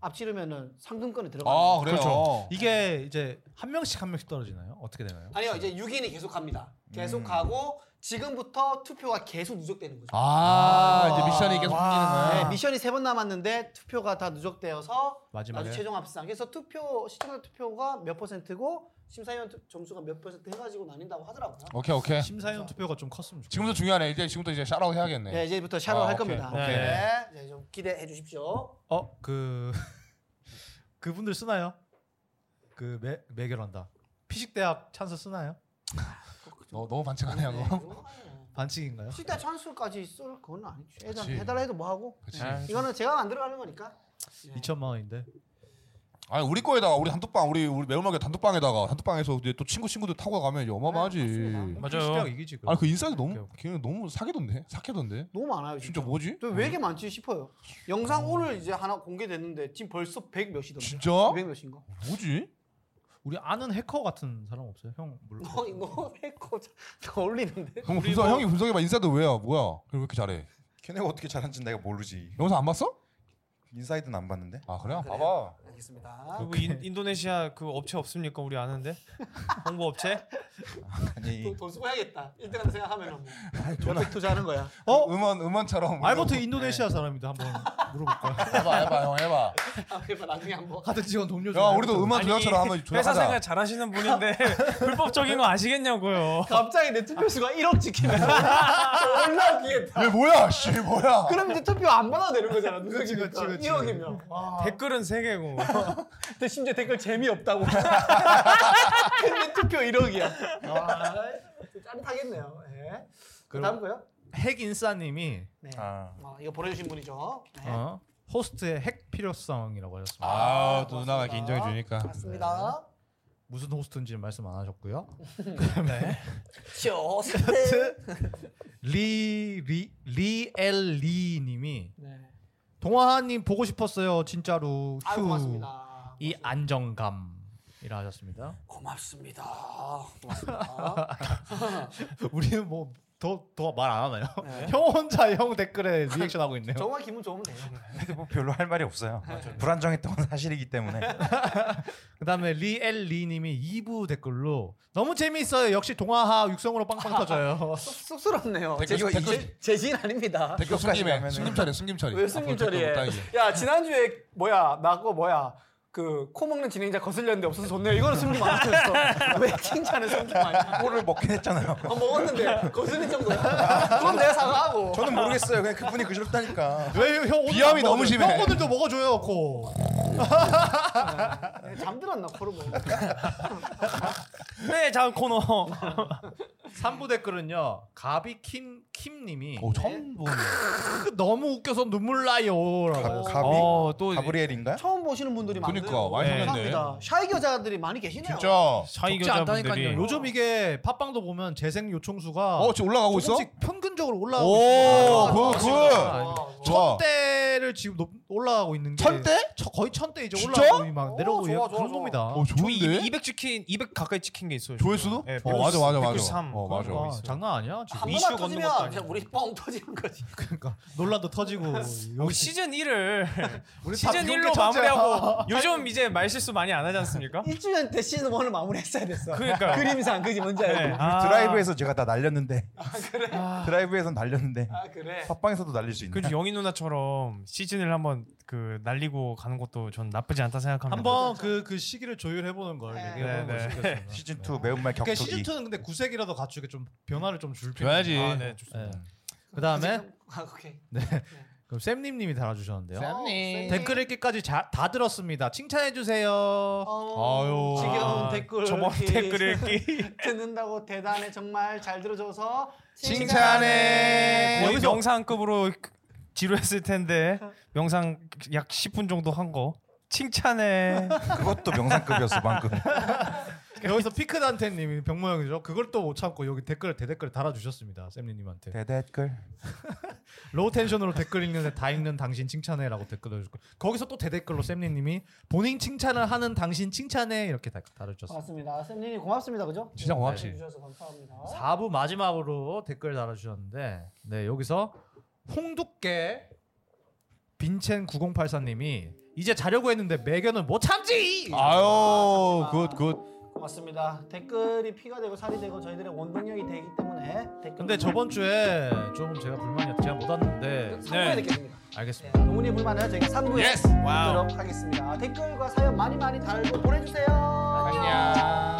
앞지르면은 상금권에 들어가.
아 그래요.
이게 이제 한 명씩 한 명씩 떨어지나요? 어떻게 되나요?
아니요 이제 6인이 계속 갑니다. 계속
음.
가고 지금부터 투표가 계속 누적되는 거죠.
아,
아.
이제 미션이 계속
네,
생기는 거야.
미션이 세 번 남았는데 투표가 다 누적되어서
마지막에
나중 최종 합산. 그래서 투표 시청자 투표가 몇 퍼센트고 심사위원 투- 점수가 몇 퍼센트 해가지고 나뉜다고 하더라고요.
오케이 오케이.
심사위원 투표가 좀 컸으면 좋겠어요.
지금부터 중요하네. 이제 지금부터 이제 샤라웃 해야겠네.
네, 이제부터 샤로
아,
할
오케이,
겁니다.
오케이.
네, 이제 좀 기대해 주십시오.
어, 그 그분들 쓰나요? 그 매, 매결한다. 피식대학 찬스 쓰나요?
너, 너무 반칙하네요.
네,
그거.
그런 거 아니에요.
반칙인가요?
실제 찬스까지 쏠 그건 아니지. 애들한테
그치.
해달라 해도 뭐 하고.
그치.
네.
이거는 제가 만들어 가는 거니까. 네.
2천만 원인데.
아니 우리 거에다가 우리 단톡방 우리 우리 매운맛게 단톡방에다가 단톡방에서 이제 또 친구 친구들 타고 가면 이제 어마어마하지.
네, 맞습니다.
맞아요.
피식대학 이기지 그럼.
아니 그 인사이드
오케이,
너무 걔는 너무 사기던데 사기던데.
너무 많아요.
진짜
네, 진짜.
뭐지?
또 왜 이렇게 많지 싶어요. 영상 오늘 이제 하나 공개됐는데 지금 벌써 100 몇이던데.
진짜?
200 몇인가?
뭐지?
우리 아는 해커 같은 사람 없어요? 형 물론.
너 이거 해코 어울리는데.
형 분석 형이 분석해봐 인사이드 왜야 뭐야? 그리고 왜 이렇게 잘해?
걔네가 어떻게 잘하는지 내가 모르지.
영상 안 봤어?
인사이드는 안 봤는데.
아 그래요?
그래요?
봐봐.
알겠습니다.
그리고 인, 인도네시아 그 업체 없습니까? 우리 아는데 홍보 업체?
아니
돈, 돈 쓰고 해야겠다. 1등한테 생각하면 뭐. 돈 투자하는 거야.
어? 뭐
음원 음원처럼
알버트
운동-
인도네시아 사람인데 한번 물어볼까요?
해봐 해봐 형 해봐.
아, 그래 봐. 나중에 한번.
같은 직원 동료 중에
야 우리도 음악
아니,
조작처럼 한번
회사
조작하자.
생활 잘하시는 분인데 불법적인 거 아시겠냐고요.
갑자기 내 투표 수가 1억 찍히면 올라오겠다.
얘 뭐야? 씨 뭐야?
그럼 이제 투표 안 받아도 되는 거잖아.
그치,
누적이니까.
그치, 그치.
1억이면.
댓글은 세 개고.
근데 심지어 댓글 재미없다고. 근데 투표 1억이야. 아, 짜릿하겠네요. 예. 그 다음
그럼
거요?
핵인싸님이
네.
아.
어, 이거 보내주신 분이죠. 네.
어, 호스트의 핵 필요성이라고 하셨습니다.
아, 또 누나가 이렇게
고맙습니다.
인정해 주니까.
맞습니다.
무슨 호스트인지는 말씀 안 하셨고요.
쇼스트.
리리 리엘리님이
네.
동화님 보고 싶었어요 진짜로.
아
휴.
고맙습니다.
이 안정감이라 하셨습니다.
고맙습니다. 고맙습니다.
우리는 뭐 더 더 말 안 하나요?
네.
형 혼자 형 댓글에 리액션 하고 있네요.
정말 기분 좋으면 돼요.
근데 뭐 별로 할 말이 없어요. 불안정했던 건 사실이기 때문에.
그다음에 리엘리님이 2부 댓글로 너무 재미있어요. 역시 동화하 육성으로 빵빵 터져요.
쑥- 쑥스럽네요.
댓글-
제-
댓글-
제- 제 지인 아닙니다.
댓글
끝까지
숨김에
가면은-
숨김 처리 숨김 처리.
왜
앞으로 댓글 못
승률절이에?
따기.
야 지난주에 뭐야 나거 뭐야 그 코 먹는 진행자 거슬렸는데 없어서 좋네요. 이거는 숨좀 많이 쳤어. 왜 칭찬을 숨좀 많이?
꼴을 먹긴 했잖아요.
어, 먹었는데 거슬릴 정도야. 그럼 내가 사과하고.
저는 모르겠어요. 그냥 그분이 그러셨다니까.
왜형 오늘
비염이
안
너무
먹어줘요?
심해.
형 오늘도 먹어줘요 코.
네, 잠들었나 코로 먹어.
네, 다음 코너.
3부 댓글은요 가비킴 킴님이
오 어, 처음 보는.
크, 너무 웃겨서 눈물 나요라고.
가- 가비?
어, 또
가브리엘인가요?
처음 보시는 분들이 많네요.
그러니까, 많이
네.
생겼네.
감사합니다. 샤이 겨자들이 많이 계시네요.
진짜.
샤이
적지 않다니까요.
교자분들이
요즘 이게 팟빵도 보면 재생 요청수가
어 지금 올라가고 있어?
조금씩 평균적으로 올라가고
오,
있습니다.
굿, 굿.
와,
좋아.
천대를 지금 높, 올라가고 있는 게
천대?
저- 거의 천대 이제
진짜?
올라가고 막 내려오고
오,
이
좋아, 좋아,
그런
좋아.
겁니다.
어 좋은데?
200 찍힌 200 가까이 찍힌 게 있어요.
조회수도?
네,
어 맞아 맞아 맞아.
193.
어 맞아.
그러니까 장난 아니야 지금.
한
이슈
번만
걷는 것도
터지면
아니고.
그냥 우리 뻥 터지는 거지.
그러니까 논란도 터지고
우리 시즌 1을
우리 다
시즌
비공개
1로
천재야.
마무리하고 요즘 이제 말실수 많이 안 하지 않습니까?
1주년 때 시즌 1을 마무리했어야 됐어.
그러니까요.
그림상 그지 뭔지 알고.
네. 아.
드라이브에서 제가 다 날렸는데. 드라이브에선 날렸는데.
아 그래.
팟빵에서도 날릴 수 있는.
그리고 영희 누나처럼 시즌을 한번 그 날리고 가는 것도 전 나쁘지 않다 생각합니다.
한번 그 그 시기를 조율해 보는 걸
네.
얘기해 보는
네,
걸
네.
시켰습니다.
시즌 2 매운말
그러니까
격투기.
시즌 2는 근데 구색이라도 갖추게 좀 변화를 좀줄 필요.
줘야지.
아,
예.
네, 좋습니다.
그다음에
지금- 아 오케이. 어,
그럼 쌤님님이 달아주셨는데요.
쌤님.
댓글 읽기까지 자, 다 들었습니다. 칭찬해 주세요.
아유.
아유.
어, 지겨운
아,
댓글.
저번
이렇게
댓글 읽기
듣는다고 대단해 정말 잘 들어줘서 네,
칭찬해.
거의 명상급으로 그 지루했을 텐데 명상 약 10분 정도 한 거 칭찬해.
그것도 명상급이었어 방금.
여기서 피크단테님이 병모형이죠. 그걸 또 못 참고 여기 댓글을 대댓글을 달아주셨습니다. 쌤님한테
대댓글.
로우 텐션으로 댓글 읽는데 다 읽는 당신 칭찬해라고 댓글 넣어주고 거기서 또 대댓글로 쌤님이 본인 칭찬을 하는 당신 칭찬해 이렇게 다- 달아주셨습니다.
고맙습니다. 쌤님 고맙습니다. 그죠?
진짜
네.
고맙지.
주셔서 감사합니다.
4부 마지막으로 댓글 달아주셨는데 네 여기서 홍두깨 빈첸 9084님이 이제 자려고 했는데 매견을 못 참지.
아. 아유
아,
굿 굿.
고맙습니다. 댓글이 피가 되고 살이 되고 저희들의 원동력이 되기 때문에 댓글
근데 저번 주에 조금 제가 불만이었 제가 못 왔는데
3부에
네.
듣겠습니다. 네,
알겠습니다.
동훈이 불만은 저희가 3부에
Yes.
듣도록 하겠습니다. 댓글과 사연 많이 많이 달고 보내주세요. 안녕.